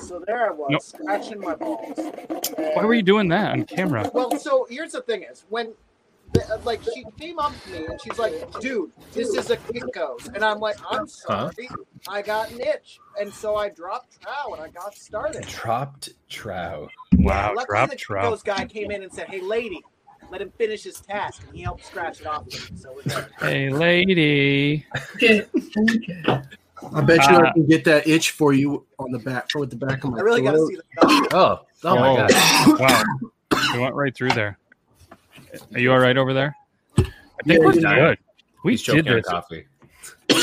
So there I was, Nope. scratching my balls. Why were you doing that on camera? Well, so here's the thing: is when, the, like, she came up to me and she's like, "Dude, this is a Kinko's," and I'm like, "I'm sorry, I got an itch," and so I dropped trow and I got started. Dropped trout. Wow, Luckily, drop the drop. Kinko's guy came in and said, "Hey, lady." Let him finish his task, and he helped scratch it off. For me, so it was like, Hey, lady. Okay. okay. I bet you Uh, I can get that itch for you on the back with the back of my I really got to throat. see the. Oh, oh my god. Wow, you went right through there. Are you all right over there? I think Yeah, we're he's good. We He's did choking on this. coffee.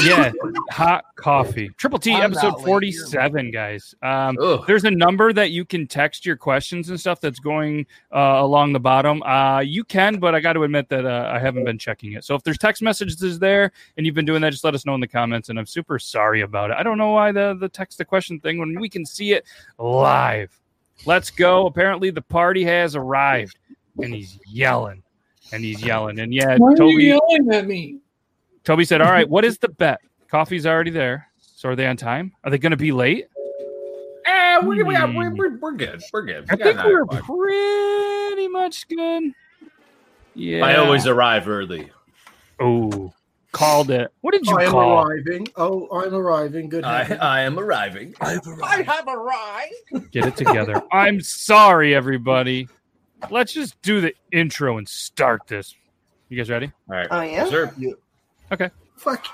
Yeah, hot coffee. Triple T I'm episode not late here. forty-seven, guys. Um, Oh, there's a number that you can text your questions and stuff that's going uh, along the bottom. Uh, you can, but I got to admit that uh, I haven't been checking it. So if there's text messages there and you've been doing that, just let us know in the comments. And I'm super sorry about it. I don't know why the the text the question thing when we can see it live. Let's go. Apparently the party has arrived, and he's yelling, and he's yelling, and yeah, Why are Toby. you yelling at me? Toby said, "All right, what is the bet? Coffee's already there. So are they on time? Are they going to be late? eh, we, we, Hmm. we, we, we're good. We're good. I We got think nine we're o'clock. pretty much good. Yeah. I always arrive early. oh called it. What did you I am call? arriving. Oh, I'm arriving. Good. I, heavens. I am arriving. I've I have arrived. Get it together. I'm sorry, everybody. Let's just do the intro and start this. You guys ready? All right. Oh, I am. Sir, Fuck.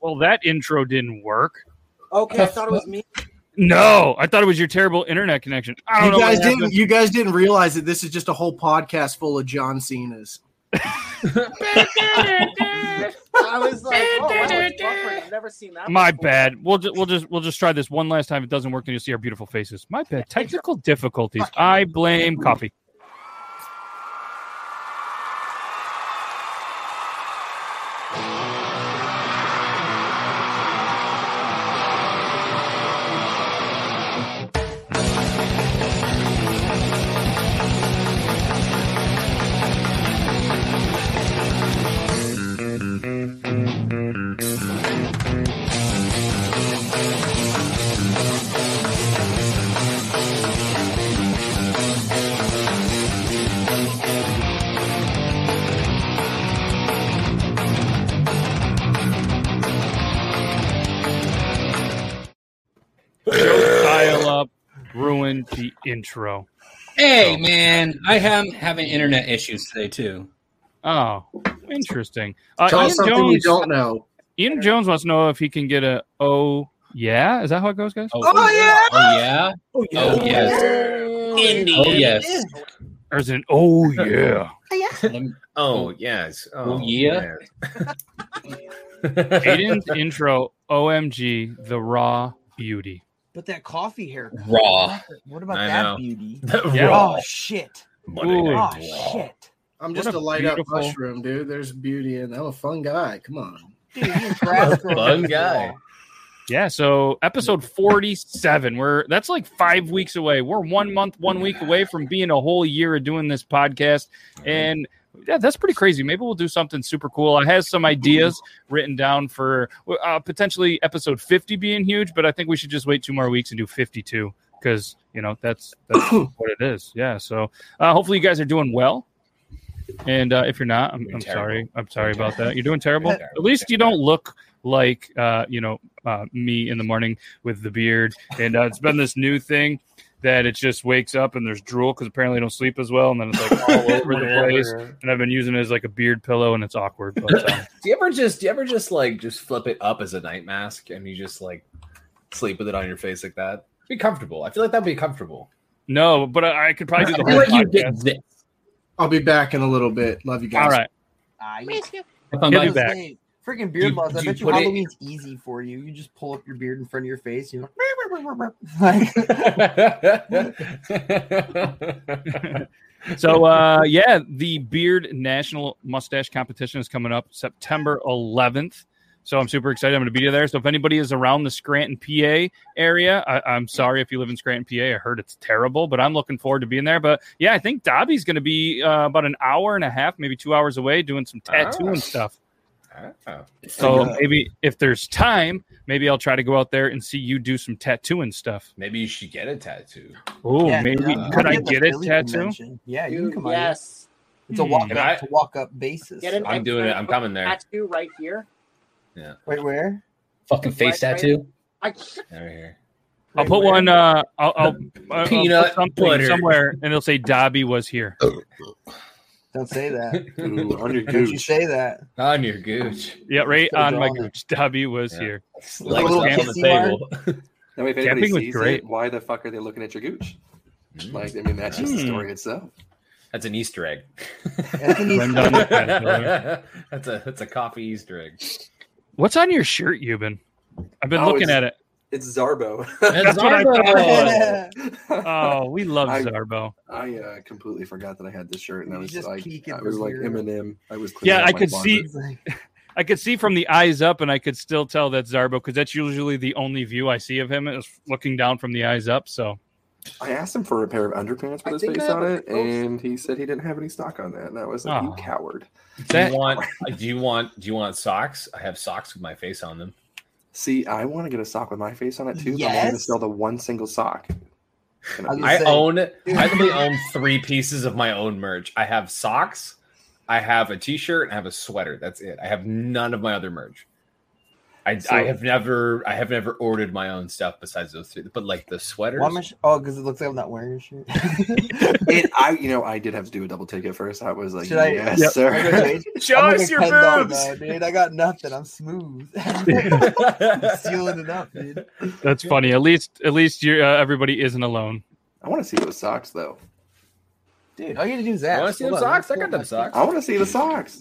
Well, that intro didn't work. Okay, I thought it was me. No, I thought it was your terrible internet connection. I don't You know. what guys didn't. happened. You guys didn't realize that this is just a whole podcast full of John Cena's. I was like, oh, wow, it's awkward. I've never seen that. My before. bad. We'll just we'll just we'll just try this one last time. If it doesn't work, then you'll see our beautiful faces. My bad. Technical difficulties. I blame coffee. Joe dial up ruined the intro. Hey, man. I am having internet issues today, too. Oh, interesting. Uh, Tell Ian us something you Jones. don't know. Ian Jones wants to know if he can get a oh yeah. Is that how it goes, guys? Oh, yeah. Oh, yeah. Oh, yes. India. Oh, yes. Or is it an oh yeah? Let me- Oh yes. Oh, yeah. Aiden's intro. OMG, the raw beauty. But that coffee haircut. Raw. What about I that know. beauty? Yeah. Oh shit. Ooh. Oh Raw. shit. I'm What just a a, light up beautiful- mushroom, dude. There's beauty in. I'm a fun guy. Come on. Dude, you and grass growing Fun on the guy. wall. Yeah, so episode 47. We're that's like 5 weeks away. We're 1 month, 1 week away from being a whole year of doing this podcast and yeah, that's pretty crazy. Maybe we'll do something super cool. I have some ideas written down for uh, potentially episode 50 being huge, but I think we should just wait two more weeks and do 52 cuz you know, that's that's what it is. Yeah, so uh, hopefully you guys are doing well. And uh, if you're not, I'm, Doing I'm terrible. sorry. I'm sorry about that. You're doing terrible. Doing terrible. At least you don't look like uh, you know uh, me in the morning with the beard. And uh, it's been this new thing that it just wakes up and there's drool because apparently I don't sleep as well, and then it's like all over the place. And I've been using it as like a beard pillow, and it's awkward. But uh, Do you ever just do you ever just like just flip it up as a night mask and you just like sleep with it on your face like that? Be comfortable. I feel like that'd be comfortable. no, but I, I could probably do the I feel whole like you podcast. did this. I'll be back in a little bit. Love you guys. All right, Ah, you- If I'm He'll like, be back. Hey, Freaking Do beard you- laws. I do you bet you put it- Halloween's easy for you. You just pull up your beard in front of your face. You're like, like so uh, yeah, the beard national mustache competition is coming up September 11th. So I'm super excited. I'm going to be there. So if anybody is around the Scranton, PA area, I, I'm sorry if you live in Scranton, PA. I heard it's terrible, but I'm looking forward to being there. But yeah, I think Dobby's going to be uh, about an hour and a half, maybe two hours away, doing some tattoo Ah. and stuff. Ah. So maybe if there's time, maybe I'll try to go out there and see you do some tattooing stuff. Maybe you should get a tattoo. Oh, Yeah, maybe yeah. could I Come to the get a Philly tattoo? convention. Yeah, you can Dude, come out. yes. It's a walk Hmm. up, Can I- to walk up basis. Get an I'm doing it. I'm coming there. tattoo right here. Wait, where? Fucking face Right, right. tattoo. I Right here. I'll put one. Uh, I'll, I'll, I'll Peanut put something butter. somewhere, and it'll say Dobby was here. Don't say that. Ooh, on your Don't you gooch. say that. On your gooch. Yeah, right So on my drawing. gooch. Dobby was Yeah. here. Like little on the kissy table. Now, if Camping anybody was sees great. it, why the fuck are they looking at your gooch? Mm, Like, I mean, that's just the Hmm. story itself. That's an Easter egg. That's an Easter- Blend on the tattoo. that's a that's a coffee Easter egg. What's on your shirt, Euban? I've been Oh, looking it's- at it. It's Zarbo. That's what I Zarbo. Oh, we love I- Zarbo. I uh, completely forgot that I had this shirt, and I You was just like, peek in I was the like mirror. Eminem. I was Yeah, cleaning out I my could closet. see- It's like- I could see from the eyes up, and I could still tell that's Zarbo because that's usually the only view I see of him is looking down from the eyes up. So I asked him for a pair of underpants I with his think I face have on a it, pair of those. and he said he didn't have any stock on that. And I was like, Oh. you coward. Do That- you want do you want do you want socks? I have socks with my face on them. See, I want to get a sock with my face on it too, but I'm going to Yes. sell the one single sock. It's gonna I be- was I Say- own I only own three pieces of my own merch. I have socks, I have a t-shirt, and I have a sweater. That's it. I have none of my other merch. I, So- I have never I have never ordered my own stuff besides those three. But like the sweaters, Why am I sh- oh, because it looks like I'm not wearing your shirt. it, I, you know, I did have to do a double take at first. I was like, Should I- Oh, yes, Yep. sir. I'm like, show I'm us like a your Ken doll boobs. now, dude. I got nothing. I'm smooth. I'm sealing it up, dude. That's funny. At least, at least you uh, everybody isn't alone. I want to see those socks though. Dude, all you gotta do is You ask. wanna see them Hold on, socks? I let me got pull them up my- socks. I want to see the socks.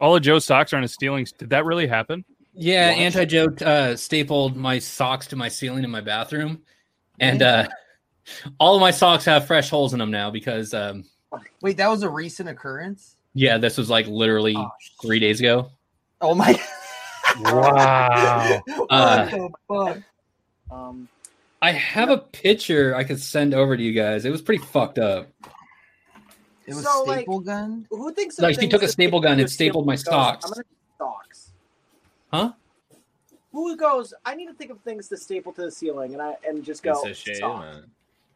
All of Joe's socks are on his stealings. Did that really happen? Yeah, What? Anti Joe uh, stapled my socks to my ceiling in my bathroom, and uh, all of my socks have fresh holes in them now because um, Wait, that was a recent occurrence. yeah, this was like literally Oh, three days ago. Oh my! Wow. what Uh, the fuck? um I have a picture I could send over to you guys. It was pretty fucked up. It was So, like- staple gun. who thinks of Like, he things took a that staple they gun and just stapled my goes, socks. I'm gonna do socks. Huh? Who goes? I need to think of things to staple to the ceiling, and I and just go. Piece of shit, socks. man.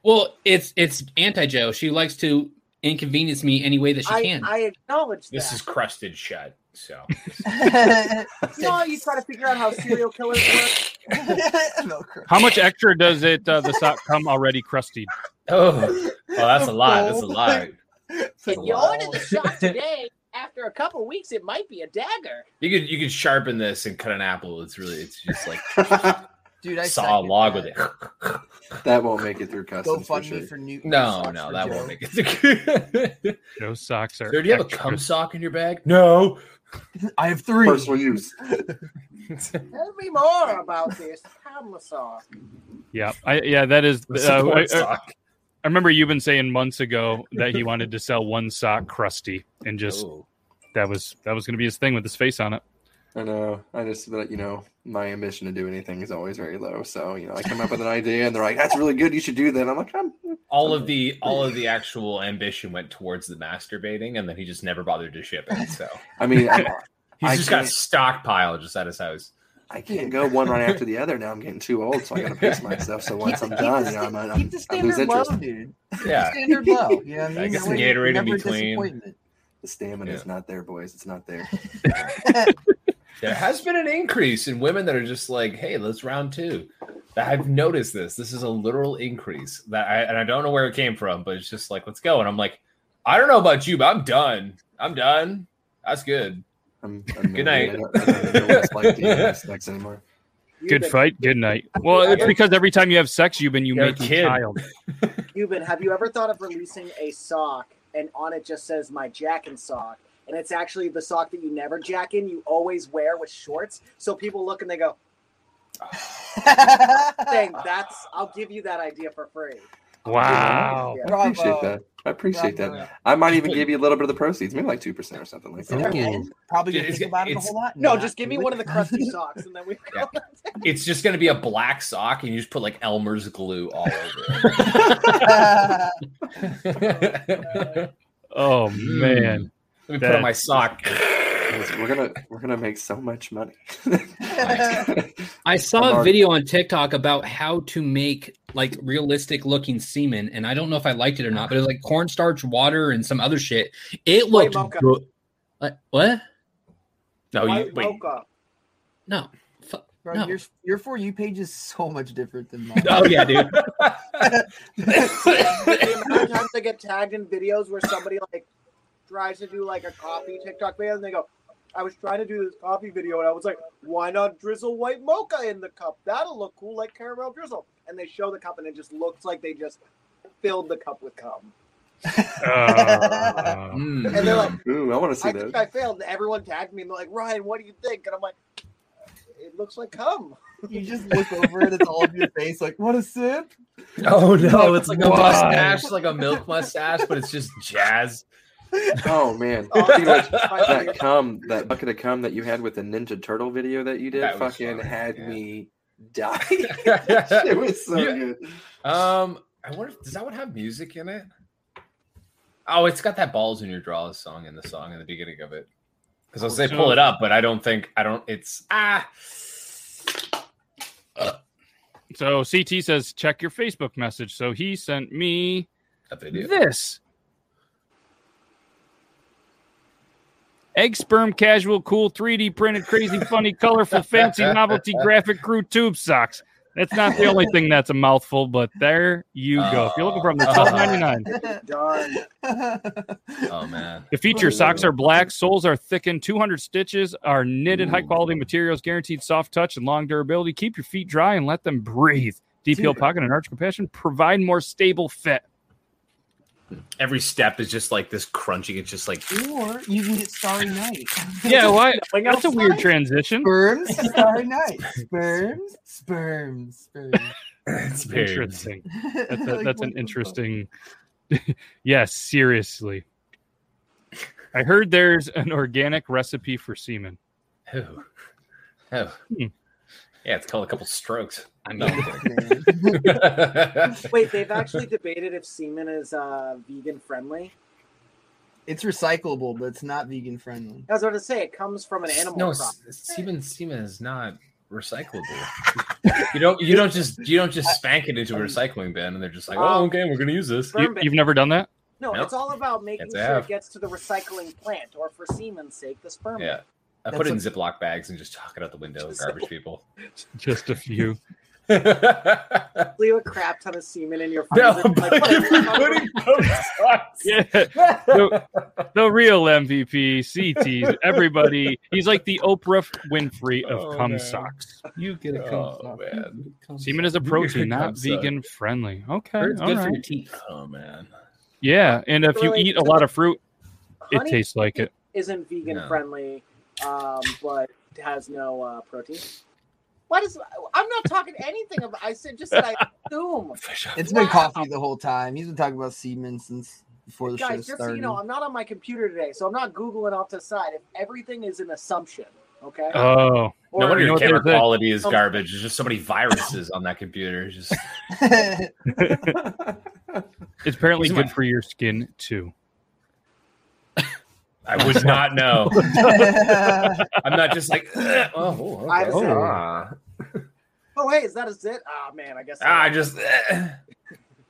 Well, it's it's Anti Joe. She likes to inconvenience me any way that she I, can. I acknowledge This that. is crusted shut. So you know how you try to figure out how serial killers work. Velcro. How much extra does it uh, the sock come already crusty? oh, well, that's a lot. That's a Fold. lot. If you order the shot today, after a couple weeks, it might be a dagger. You could you could sharpen this and cut an apple. It's really it's just like Dude, I saw a second log that. with it. that won't make it through customs. Go for fund me sure. for new. No, socks no, for that Joe. won't make it. Joe's socks are. Sir, do you have a extra. cum sock in your bag? No. I have three. personal use. Tell me more about this camera sock. Yeah, I, yeah, that is. The uh, support I- I- sock. I remember you've been saying months ago that he wanted to sell one sock crusty, and just Oh. that was that was going to be his thing with his face on it. I know. I just that you know my ambition to do anything is always very low. So you know I come up with an idea and they're like, "That's really good. You should do that." I'm like, "I'm." All of the all of the actual ambition went towards the masturbating, and then he just never bothered to ship it. So I mean, I'm, he's I just got a can't- stockpile just at his house. I can't go one right after the other now. I'm getting too old, so I gotta pace myself. So once I'm Keep done, the you know, I'm, sta- I'm, keep the I lose standard low, interest. dude. Yeah. Standard low. You know what I mean? I guess That way Gatorade in never between. disappointment. The stamina is not there, boys. It's not there. There has been an increase in women that are just like, "Hey, let's round two. I've noticed this. This is a literal increase that, I, and I don't know where it came from, but it's just like, let's go. And I'm like, I don't know about you, but I'm done. I'm done. That's good. I'm, I'm Good married. night. I don't, I don't even know what it's like to even have sex anymore. You've Good been- fight, good night. Well, it's because every time you have sex, you've been you You're a make a kid. child. Cuban, have you ever thought of releasing a sock and on it just says my jackin' sock? And it's actually the sock that you never jack in, you always wear with shorts. So people look and they go, dang, that's, I'll give you that idea for free. Wow. Yeah. I appreciate Bravo. that. I appreciate that. Bravo. I might even give you a little bit of the proceeds, maybe like two percent or something like that. Ooh. Okay. Probably didn't It's- think about it a it's- whole lot. No, Not just give me really. one of the crusty socks, and then we. Yeah. It's just gonna be a black sock, and you just put like Elmer's glue all over it. Oh man. Let me put That- on my sock. Guys, Hmm. We're gonna we're gonna make so much money. I I'm saw a already- video on TikTok about how to make like realistic looking semen, and I don't know if I liked it or not, but it was like cornstarch, water, and some other shit. It White looked mocha. good. Like, what? No, you, White wait. mocha. No. Fu- Bro, No. your, your for you page is so much different than mine. Oh yeah, dude. The amount of times I get tagged in videos where somebody like tries to do like a coffee TikTok video, and they go, "I was trying to do this coffee video, and I was like, why not drizzle white mocha in the cup? That'll look cool, like caramel drizzle." And they show the cup, and it just looks like they just filled the cup with cum. Uh, Hmm. Mm. And they're like, Ooh, I want to see "I think that. I failed." And everyone tagged me, and they're like, "Ryan, what do you think?" And I'm like, "It looks like cum." you just look over it, it's all of your face, like, what a sip. Oh no, it's like a Why? mustache, like a milk mustache, but it's just jazz. Oh man, Oh, Think about my that cum, that bucket of cum that you had with the Ninja Turtle video that you did, That was fucking fun, had yeah. me die. it was so Yeah. good. Um, I wonder if- does that one have music in it? Oh, it's got that "Balls in Your Draws" song in the song in the beginning of it. Because I'll say so- pull it up, but I don't think I don't. It's ah, so CT says check your Facebook message. So he sent me a video. this. Egg sperm casual cool 3D printed crazy funny colorful fancy novelty graphic crew tube socks. That's not the only thing that's a mouthful, but there you go. If you're looking for them, they're Uh-huh. twelve ninety nine. Darn. Oh man, The feature socks are black, soles are thickened, 200 stitches are knitted, high quality materials, guaranteed soft touch and long durability. Keep your feet dry and let them breathe. Deep heel pocket and arch compression provide more stable fit. every step is just like this crunching. It's just like or you can get Starry Night. Yeah, why? That's a weird transition. Sperms, Starry Night. Sperms, sperms, sperms. it's very- Interesting. That's, a, Like, that's what an the interesting. yes, seriously. I heard there's an organic recipe for semen. Oh, oh. Hmm. yeah, it's called a couple strokes. I'm fuck? Wait, they've actually debated if semen is uh, vegan friendly. It's recyclable, but it's not vegan friendly. I was about to say it comes from an animal. No, product. s- semen semen is not recyclable. you don't you don't just you don't just spank it into a recycling bin and they're just like, oh, Um, okay, we're gonna use this. Sperm You, bank. you've never done that? No, No. it's all about making It's sure F. it gets to the recycling plant, or for semen's sake, the sperm. Yeah. I put it in Ziploc bags and just chuck it out the window. Garbage people. Just a few. no, Leave a crap ton of semen in your freezer. but like, if you're putting both sides- yeah. The, the real MVP, CTs, everybody. He's like the Oprah Winfrey of Oh, cum man. socks. You get a Oh man. Semen is a protein, Cum not sock. vegan friendly. Okay. It's all good for your right. teeth. Oh man. Yeah. And if you Really? eat a lot of fruit, it honey tastes like it. isn't vegan No. friendly, um, but has no uh, protein. Why does I'm not talking anything about? I said just that I assume. Fish up. It's been coffee the whole time. He's been talking about semen since before the show Guys, just started. so you know, I'm not on my computer today, so I'm not googling off to the side. If everything is an assumption, okay? Oh, No you wonder know your what they camera said? quality is garbage. There's just so many viruses on that computer. It's just it's apparently These are good for your skin too. I would not know. I'm not just like "Ugh, oh, oh, I have okay. a- Ah. oh, hey, is that a zit? Ah, man, I guess. Ah, I just. eh.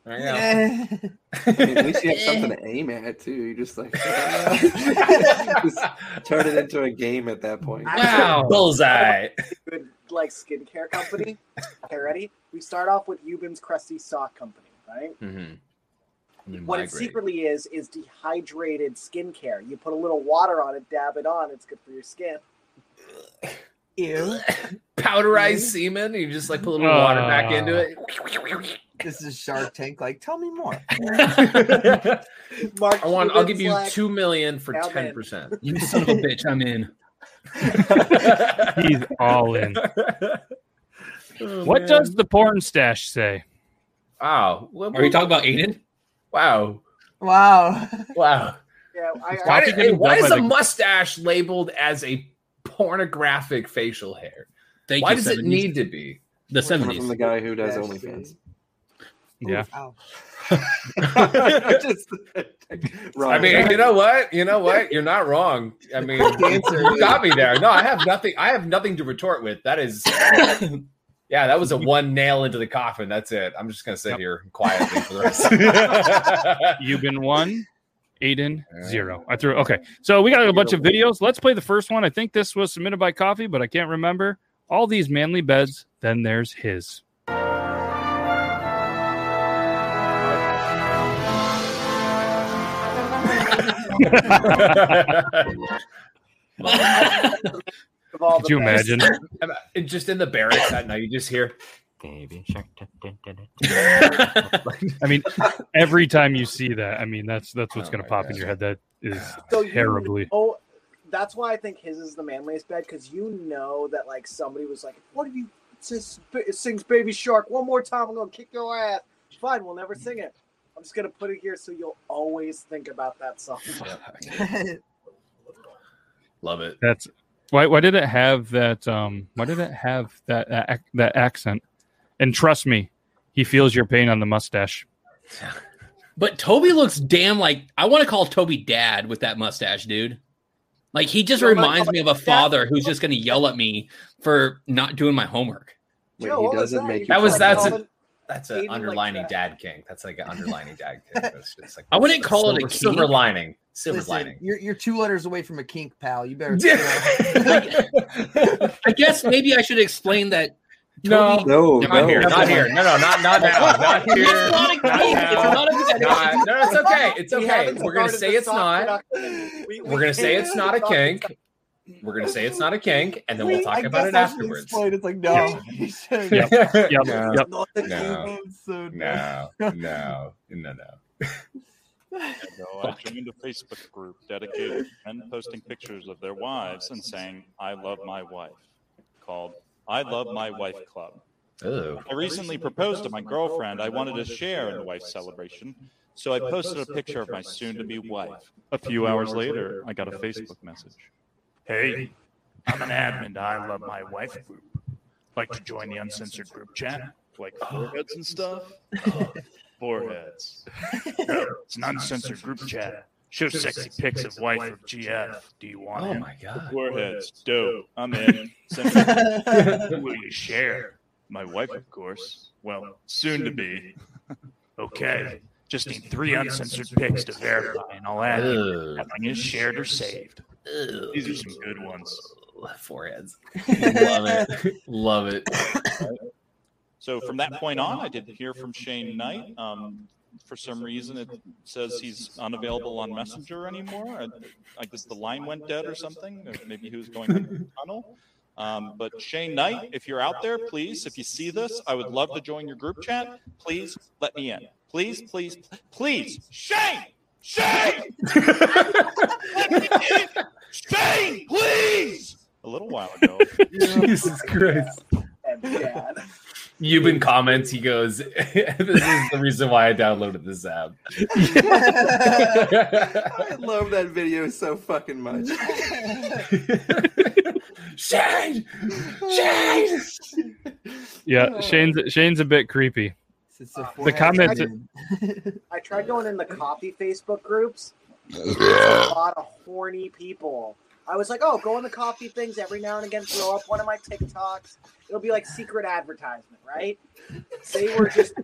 There you go. I mean, at least you have something to aim at too. You just like just turn it into a game at that point. Wow. Bullseye. good like skincare company. okay, ready? We start off with Ubin's Crusty Sock Company, right? Mm-hmm. What it secretly is is dehydrated skincare. You put a little water on it, dab it on. It's good for your skin. Ew. Mm-hmm. Powderized semen. You just like put a little water back into This is Shark Tank. Like, tell me more. it. Mark, I want. I'll give Cuban's you like, two million for Now ten then. percent. You son of a bitch, I'm in. Oh, He's all in. What does the porn stash say? Wow. Are you talking about Aiden? Wow. Wow. Wow. Yeah, I, It's I, Why, Coffee did- getting hey, why done is by a the- mustache labeled as a pornographic facial hair? Thank Why you. does 70s. it need to be? the Coming from seventies? the guy who does Yes, OnlyFans. Yeah. Ow. Just- I Ryan, mean, you know what? You know what? You're not wrong. I mean, Dancer. you got me there. No, I have nothing. I have nothing to retort with. That is, yeah, that was a one nail into the coffin. That's it. I'm just gonna sit Yep. here quietly for the rest. You've been one, Aiden All right. zero. I threw okay. So we got a bunch of videos. Let's play the first one. I think this was submitted by Coffee, but I can't remember. All these manly beds. Then there's his. of all Could the you best. imagine? And just in the barracks that night, you just hear. Baby shark. dun, dun, dun, dun. I mean, every time you see that, I mean that's that's what's Oh going to my pop in God. your head. That is So you- terribly. Oh, that's why I think his is the manliest bed because you know that like somebody was like, "What have you?" It says it sings "Baby Shark" one more time. I'm gonna kick your ass. Fine, we'll never sing it. I'm just gonna put it here so you'll always think about that song. Love it. That's why. Why did it have that? Um, why did it have that ac- that accent? And trust me, he feels your pain on the mustache. But Toby looks damn like I want to call Toby dad with that mustache, dude. Like he just You wanna reminds call me of it a dad? father who's just going to yell at me for not doing my homework. wait, Joe, he what was doesn't that? make You you That was- feel tried that's bad. a- calling- That's Aiden an like underlining that. dad kink. That's like an underlining dad kink. That's just like I wouldn't call it a silver, silver kink. lining. Silver Listen, lining. you're, you're two letters away from a kink, pal. You better. I guess maybe I should explain that. No. Toby- No, Not no, here. that's Not my- here. No, no, not not now. Not here. It's not a kink. Not It's now. not a Not- no, no, it's okay. It's We okay. haven't We're gonna started say the it's song not. production. We- we We're gonna say can't it's not a stop kink. We're gonna say it's not a kink, and then we'll talk I about guess it I should afterwards. Explain. It's like no. Yeah. you shouldn't. Yeah. Yep, No, yep. Not the No. kink. That's so no, no, no, no. No, I joined a Facebook group dedicated to men posting pictures of their wives and saying, I love my wife, called I Love My Wife Club. Ew. I recently proposed to my girlfriend I wanted to share in the wife celebration, so I posted a picture of my soon to be wife. A few hours later, I got a Facebook message. Hey, I'm an admin to I Love My Wife group. Like to join the uncensored group chat, like foreheads and stuff? Foreheads. It's an uncensored group chat. Show sexy pics of wife of GF. Do you want Oh him? my god. Foreheads. Dope. I'm in. Send me dumb. who will you share? My wife, of course. Well, soon to be. Okay. Just need three uncensored pics to verify, and I'll add you. Ew. Nothing is shared or saved. These are some good ones. Foreheads. Love it. Love it. So from that point on, I didn't hear from Shane Knight. Um, for some reason, it says he's unavailable on Messenger anymore. I, I guess the line went dead or something. or Maybe he was going into the tunnel. Um, but Shane Knight, if you're out there, please, if you see this, I would love to join your group chat. Please let me in. Please, please, please, Shane, Shane, let me in. Shane, please. A little while ago. Jesus Christ. And dad. Euban comments. He goes, "This is the reason why I downloaded this app." I love that video so fucking much. Shade, shade. Oh. Yeah, Shane's Shane's a bit creepy. The comments- I tried going in the coffee Facebook groups. There's a lot of horny people. I was like, oh, go in the coffee things every now and again, throw up one of my TikToks. It'll be like secret advertisement, right? They were just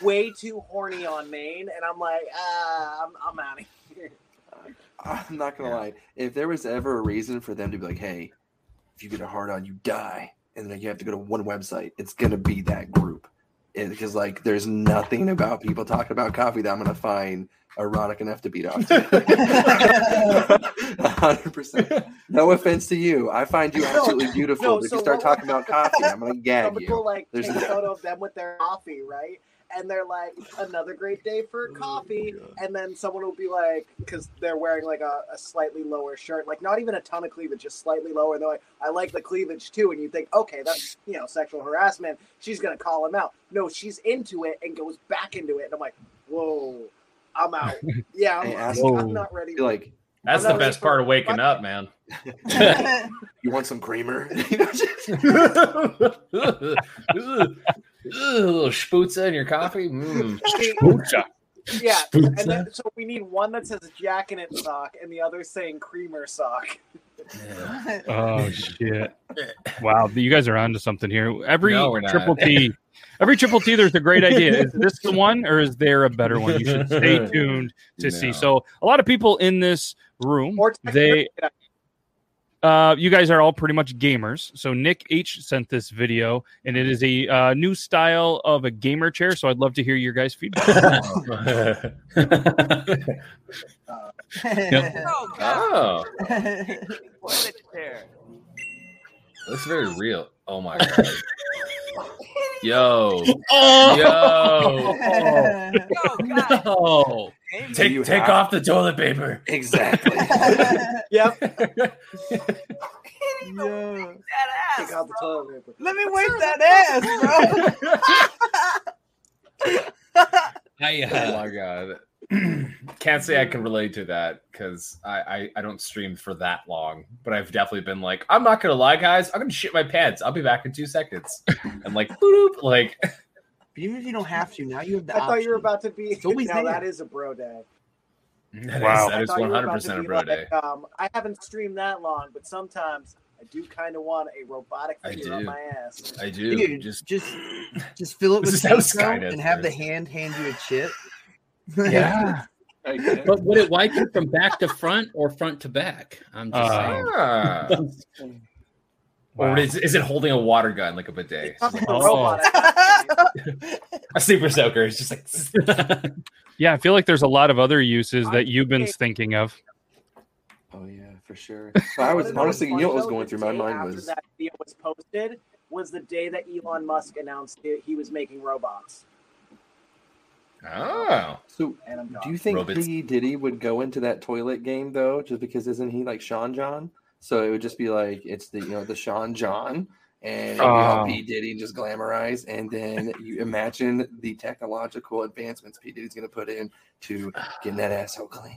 way too horny on Maine, and I'm like, ah, I'm, I'm out of here. I'm not gonna lie. If there was ever a reason for them to be like, "Hey, if you get a hard on, you die," and then you have to go to one website, it's gonna be that group. And because like, there's nothing about people talking about coffee that I'm gonna find erotic enough to beat off. to. A hundred percent. No offense to you. I find you absolutely beautiful. no, but if so you start what- talking about coffee, I'm gonna gag Somebody will you. like There's take a no- photo of them with their coffee, right? And they're like, another great day for coffee. and then someone will be like, because they're wearing like a, a slightly lower shirt, like not even a ton of cleavage, just slightly lower. And they're like, I like the cleavage too. And you think, okay, that's you know sexual harassment. She's gonna call him out. no, she's into it and goes back into it. And I'm like, whoa, I'm out. Yeah, I'm, Hey, ask- I'm not ready. You're like, That's I'm the not best really- part of waking up, man. you want some creamer? You know, just- Ugh, a little spooza in your coffee. Mm. She- Ooh-cha. yeah, Spooks, and then, so we need one that says jack in it sock and the other saying creamer sock. Oh shit! Wow, you guys are onto something here. Every No, we're not. triple T, every triple T, there's a great idea. Is this the one, or is there a better one? You should stay tuned to see. No. So, a lot of people in this room, Or text they, her- uh, you guys are all pretty much gamers. So Nick H sent this video, and it is a uh, new style of a gamer chair. So I'd love to hear your guys' feedback. Oh, God. oh, Toilet chair. that's very real. Oh my god. Yo, Oh, yo, Oh, God. no. Amy. Take- You have- the toilet paper. exactly. Yep. Can't even wipe that ass, Take out the bro. toilet paper. Let me wipe that I, Oh uh, my god. Can't say I can relate to that because I, I I don't stream for that long, but I've definitely been like, I'm not gonna lie, guys, I'm gonna shit my pants. I'll be back in two seconds. And like, boop, like But even if you don't have to, now you have the I thought you were option. about to be. It's always now there. that is a bro day. that is- Wow. that I is thought you one were hundred about to percent a be bro like, day. Um, I haven't streamed that long, but sometimes I do kind of want a robotic I figure on do. my ass. I do. Dude, Just just just just fill it This with is how Seiko Skynet and have the works. hand hand you a chip. yeah. but would it wipe you from back to front or front to back? I'm just Uh, saying. Ah. Or is, is it holding a water gun like a bidet? Talking to Oh. a robot, I thought, A super soaker. It's just like Yeah, I feel like there's a lot of other uses that you've been Okay. thinking of. Oh yeah, for sure. I was wanna know honestly, you know, what was what's going funny through my though? The day mind after was that video was posted was the day that Elon Musk announced that he was making robots. oh. so. And I'm Do done. you think Robots. P E Diddy would go into that toilet game though? Just because isn't he like Sean John? So it would just be like it's the you know the Sean John and it'd be all Oh. P E Diddy just glamorized, and then you imagine the technological advancements P E Diddy's going to put in to getting that asshole clean,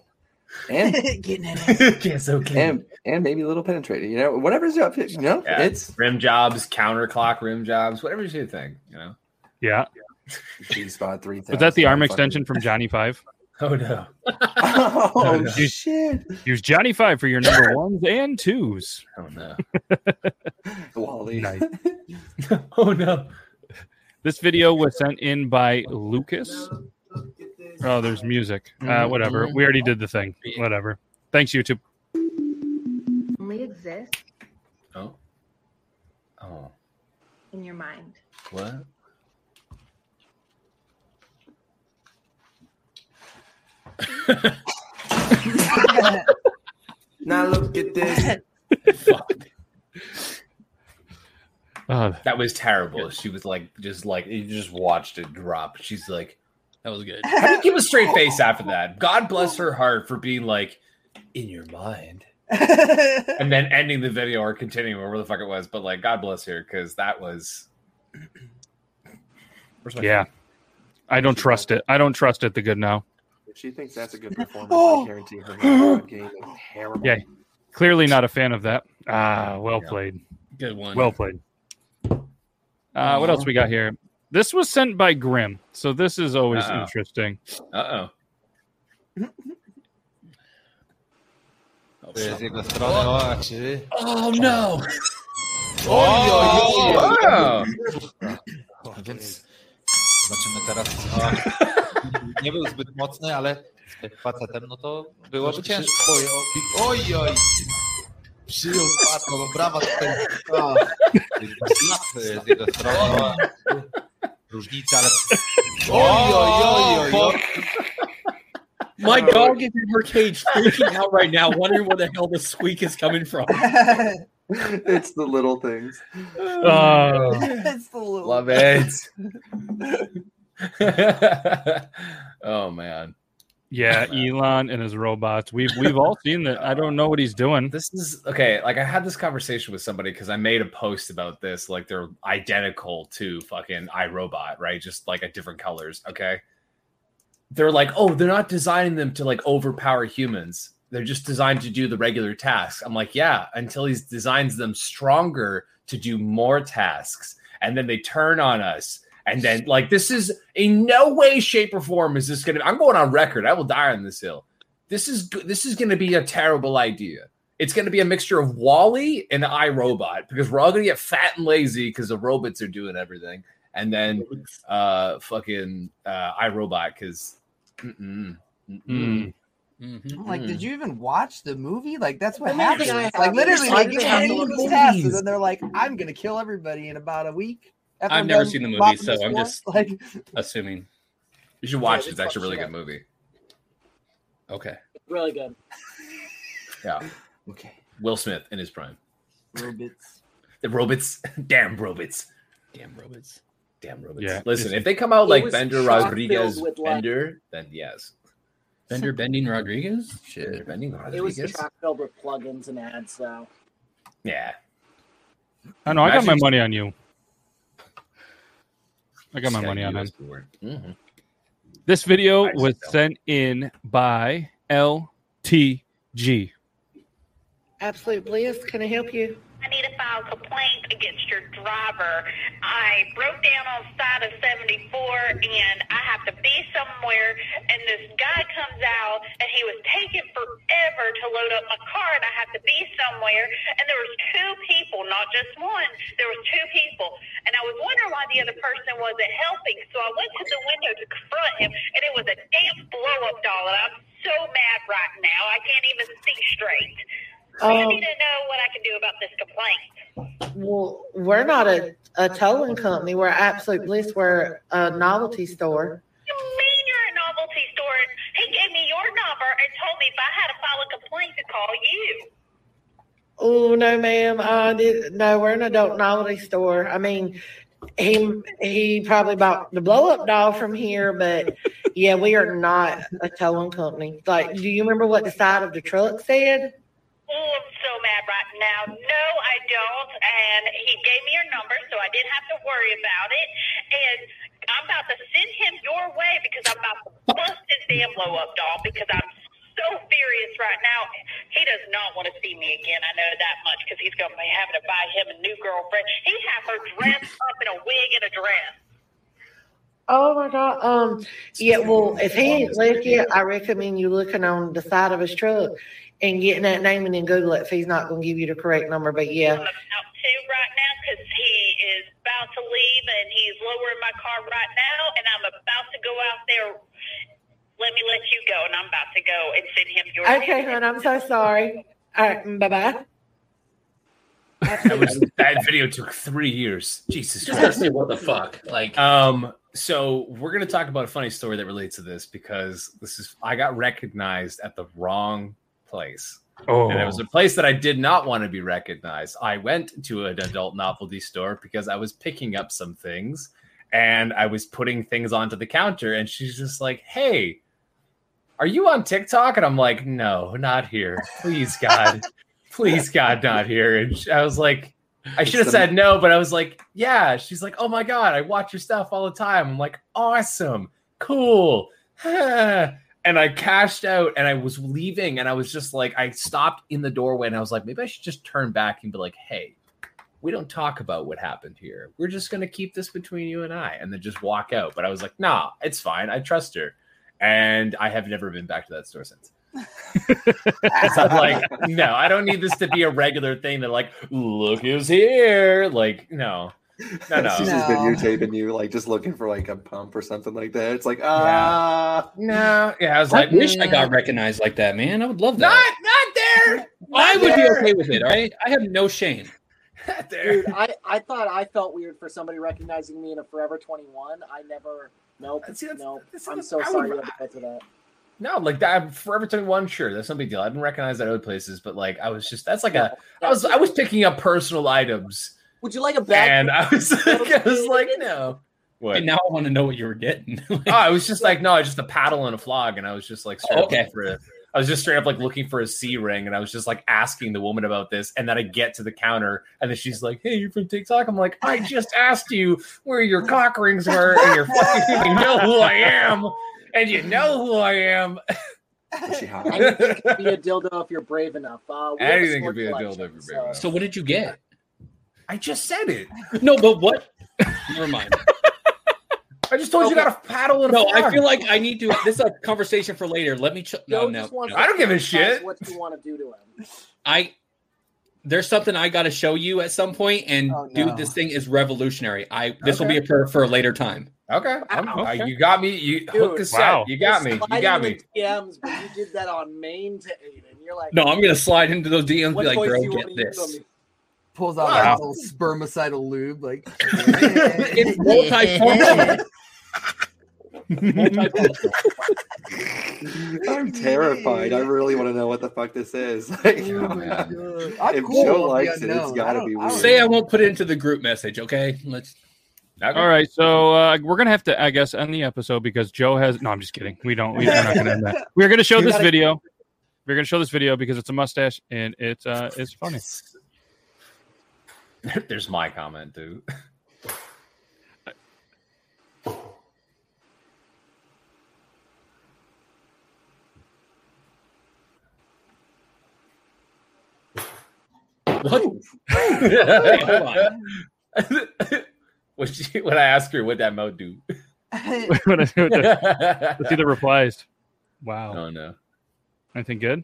and Getting it. yeah, so and and maybe a little penetrating. You know, whatever's up. You know, Yeah. it's rim jobs, counter clock rim jobs, whatever's your thing, you know. Yeah, G spot three. was that the arm extension from Johnny Five? Oh no. oh no. shit! Use Johnny Five for your number ones and twos. Oh no. Wally. Nice. oh no. This video was sent in by Lucas. Oh, there's music. Mm-hmm. Uh, whatever. We already did the thing. Whatever. Thanks, YouTube. only exists Oh. Oh. in your mind. What? Now look at this. Uh, That was terrible. She was like just like you just watched it drop. She's like That was good. I didn't give a straight face after that. God bless her heart for being like in your mind. and then ending the video or continuing wherever the fuck it was. But like, God bless her because that was. Where's my yeah. I don't trust it. I don't trust it. The good now. If she thinks that's a good performance, Oh. I guarantee her Minecraft game is terrible. Yeah. Clearly not a fan of that. Ah, well played. Good one. Well played. Uh, what else we got here? This was sent by Grim, so this is always Uh-oh. interesting. Uh Oh no! oh. Wow. Więc Oh, zobaczymy teraz. A, nie był zbyt mocny, ale z facetem no to byłoby ciężko. Oj, oj, oj. Przyjął patno, no brawa tutaj. Oh, Z jego strony była różnica, ale... Oj, oj, Oh, oj, oj, oj. My dog is in her cage, freaking out right now, wondering where the hell the squeak is coming from. it's the little things. Oh, Uh, that's the little. Love it. oh man. Yeah, Elon and his robots. We've we've all seen that. I don't know what he's doing. This is okay. Like I had this conversation with somebody because I made a post about this. Like they're identical to fucking iRobot, right? Just like at different colors. Okay. They're like, oh, they're not designing them to like overpower humans. They're just designed to do the regular tasks. I'm like, yeah, until he designs them stronger to do more tasks, and then they turn on us. And then, like, this is in no way, shape, or form is this going to. I'm going on record. I will die on this hill. This is go- this is going to be a terrible idea. It's going to be a mixture of Wally and iRobot because we're all going to get fat and lazy because the robots are doing everything, and then uh, fucking uh, iRobot because. Mm-mm, Hmm. mm-mm. Mhm. I'm like, Hmm. did you even watch the movie? Like, that's what The movie happens. I have Like, is literally, like they give ten them these movies. tasks, and then they're like, "I'm gonna kill everybody in about a week." after I've I'm never done seen the movie, bopping so this I'm wall." just- like, assuming. You should watch it. It's actually a really good movie. Okay. Really good. Yeah. Okay. Will Smith in his prime. Robots. The robots. Damn robots. Damn robots. Damn robots. Yeah, Listen, it's- if they come out It like was Bender shock-filled Rodriguez with like- Bender, then yes. Bender Bending Rodriguez? Shit. Bending It was Rodriguez. chock filled with plugins and ads, though. Yeah. I know. I got my Imagine- money on you. I got my Sky money on him. USB word. Mhm. This video was sent in by LTG. Absolute bliss. Can I help you? I need to file a complaint against your driver. I broke down on side of 74 and I have to be somewhere and this guy comes out and he was taking forever to load up my car and I have to be somewhere and there was two people, not just one. There was two people and I was wondering why the other person wasn't helping. So I went to the window to confront him and it was a damn blow up doll and I'm so mad right now. I can't even see straight. I Um, need to know what I can do about this complaint. Well, we're not a, a towing company. We're Absolute Bliss. We're a novelty store. You mean you're a novelty store? He gave me your number and told me if I had to file a complaint to call you. Oh no, ma'am. I did no. We're an adult novelty store. I mean, he he probably bought the blow up doll from here, but yeah, we are not a towing company. Like, do you remember what the side of the truck said? Oh, I'm so mad right now. No, I don't. And he gave me your number, so I didn't have to worry about it. And I'm about to send him your way because I'm about to bust his damn blow up doll because I'm so furious right now. He does not want to see me again. I know that much because he's going to be having to buy him a new girlfriend. He had her dressed up in a wig and a dress. Oh my god. Um. Yeah. Well, if he ain't left yet, I recommend you looking on the side of his truck and getting that name and then Google it if he's not going to give you the correct number. But yeah. out to right now because he is about to leave and he's lowering my car right now, and I'm about to go out there. Let me let you go, and I'm about to go and send him your. Okay, hon. I'm so sorry. All right. mm, Bye bye. That, was, that video took three years. Jesus Just Christ. say what the fuck, like- um, so we're gonna talk about a funny story that relates to this because this is I got recognized at the wrong place. Oh. and it was a place that I did not want to be recognized. I went to an adult novelty store because I was picking up some things and I was putting things onto the counter, and she's just like, Hey, are you on TikTok? And I'm like, no, not here. Please, God. Please, God, not here. And sh- I was like, I should have the- said no, but I was like, yeah. She's like, oh my God, I watch your stuff all the time. I'm like, awesome, cool. and I cashed out and I was leaving and I was just like, I stopped in the doorway and I was like, maybe I should just turn back and be like, hey, we don't talk about what happened here. We're just going to keep this between you and I and then just walk out. But I was like, nah, it's fine. I trust her. And I have never been back to that store since. 'Cause I'm like, no, I don't need this to be a regular thing that, like, look who's here. Like, no, no, no. She's just No. videotaping you, like just looking for like a pump or something like that. It's like, ah, no. Yeah, I was I like, wish I got mm. recognized like that, man. I would love that. not there. I would be okay with it. All right. I have no shame. Dude, I, I thought I felt weird for somebody recognizing me in a Forever 21. I never. Nope. nope. I'm so I would- sorry you had to go through that. No, like that I'm Forever 21, sure, that's no big deal. I didn't recognize that other places, but like I was just that's like a I was I was picking up personal items. Would you like a bag? And I was like, I was like, no. What? And now I want to know what you were getting. oh, I was just like, no, just a paddle and a flog, and I was just like, straight up Oh, Okay. looking for a- I was just straight up like looking for a C ring, and I was just like asking the woman about this, and then I get to the counter, and then she's like, "Hey, you're from TikTok." I'm like, "I just asked you where your cock rings were, and you're fucking you know who I am, and you know who I am." Anything can be a dildo if you're brave enough. Uh, we have a Anything sword could be a collection, dildo if you're so- brave enough. So what did you get? I just said it. No, but what? Never mind. I just told you got a paddle and a No, I frog. feel like I need to. This is a conversation for later. Let me. Ch- no, Joe no, just wants no. to advertise What you want to do to him? I there's something I got to show you at some point, and Oh, dude, this thing is revolutionary. I this will be Okay. a per for a later time. Okay, I'm- Wow. I- you got me. You hook a set. Wow. You got me. You Sliding got in me. DMs, but you did that on main to Aiden. You're like, No, I'm gonna slide into those DMs and What be like, voice "Girl, do you want get me to use on this." me? Pulls out Wow. that little spermicidal lube, like It's multifunctional. I'm terrified. I really want to know what the fuck this is. Like, I'm if cool Joe with the likes it, it's unknown. got to be weird. Say I won't put it into the group message. Okay, let's. All right, so uh, we're gonna have to, I guess, end the episode because Joe has. No, I'm just kidding. We don't. We, we're not gonna end that. We're gonna show You this gotta- video. We're gonna show this video because it's a mustache and it's uh, it's funny. There's my comment, dude. What? when, she, when I asked her what that mo do, When I see what the- let's see the replies. Wow. Oh no. Anything good?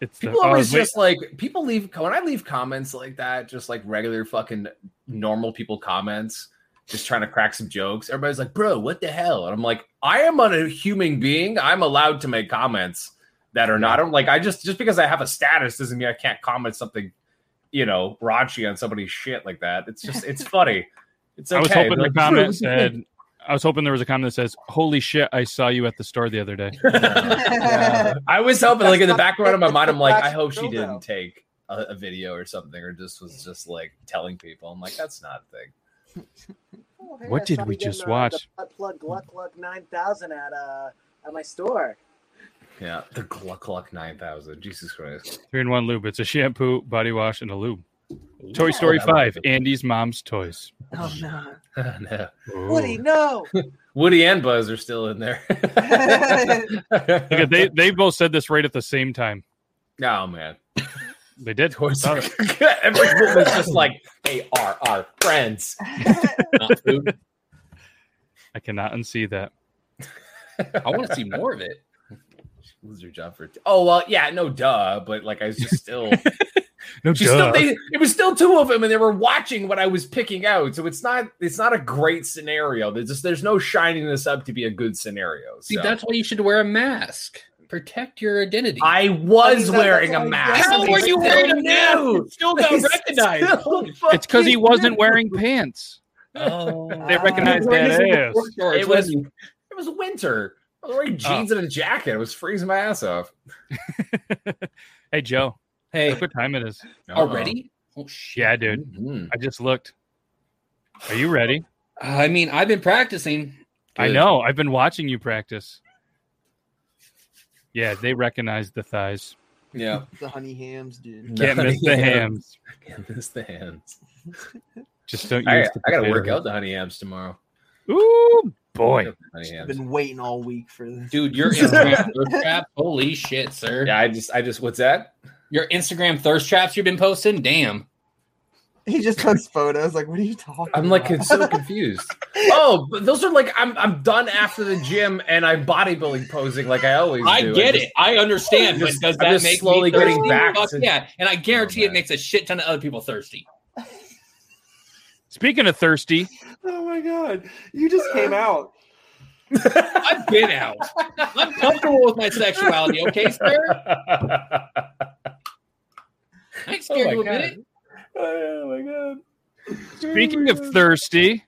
It's the- people oh, always wait. just like people leave when I leave comments like that, just like regular fucking normal people comments, just trying to crack some jokes. Everybody's like, "Bro, what the hell?" And I'm like, "I am a human being. I'm allowed to make comments that are not. I don't like. I just just because I have a status doesn't mean I can't comment something, you know, raunchy on somebody's shit like that. It's just it's funny. It's okay. I was hoping They're the like, "Bro, comment what the said. I was hoping there was a comment that says, "Holy shit, I saw you at the store the other day." Yeah. I was hoping, like in the background of my mind, I'm like, I hope she didn't take a, a video or something, or just was just like telling people. I'm like, that's not a thing. Oh, hey, What I did saw we you getting just the- the watch? butt Plug Gluck Gluck 9000 at uh at my store. Yeah, the Gluck Gluck Nine Thousand. Jesus Christ. Three in one lube. It's a shampoo, body wash, and a lube. Ooh. Toy Story I like Five. Andy's mom's toys. Oh no, no. Woody, no. Woody and Buzz are still in there. Look at- they they both said this right at the same time. oh man, They did. Toy Saw Story. it. Every woman's just like they are our friends. Not food. I cannot unsee that. I want to see more of it. Lose your job for. oh well, yeah, no, duh. But like, I was just still. No, She duh. still, they, it was still two of them, and they were watching what I was picking out. So it's not it's not a great scenario. There's just there's no shining this up to be a good scenario. See, so. that's why you should wear a mask. Protect your identity. I was wearing a mask. How They were you still wearing a mask? knew. and Still got They recognized. still fucking It's because he wasn't knew. wearing pants. Oh, They recognized that ass. It was it was winter. I Oh. was wearing jeans and a jacket. I was freezing my ass off. Hey Joe. Hey. Look what time it is. already. Oh shit! Yeah, dude. I just looked. Are you ready? Mm-hmm. Uh, I mean, I've been practicing. I Good. know. I've been watching you practice. Yeah, they recognize the thighs. Yeah. the honey hams, dude. Can't miss the hams. Can't miss the hams. Just don't use I, the I gotta work potato. out the honey hams tomorrow. Ooh, boy. Honey I've hams. been waiting all week for this. Dude, your Instagram thirst trap. Holy shit, sir! Yeah, I just, I just, what's that? Your Instagram thirst traps you've been posting. Damn. He just posts photos. Like, what are you talking? I'm like about? it's so confused. oh, but those are like I'm I'm done after the gym and I'm bodybuilding posing like I always I do. get just- it. I understand. I'm But just- does I'm that just make slowly me getting thirsty? back Fuck to- Oh, yeah, and I guarantee it makes a shit ton of other people thirsty. Speaking of thirsty, Oh my god, you just came out. I've been out. I'm comfortable with my sexuality. Okay, sir. I ain't scared Oh my to God. admit it. Oh my god. Oh, speaking of thirsty,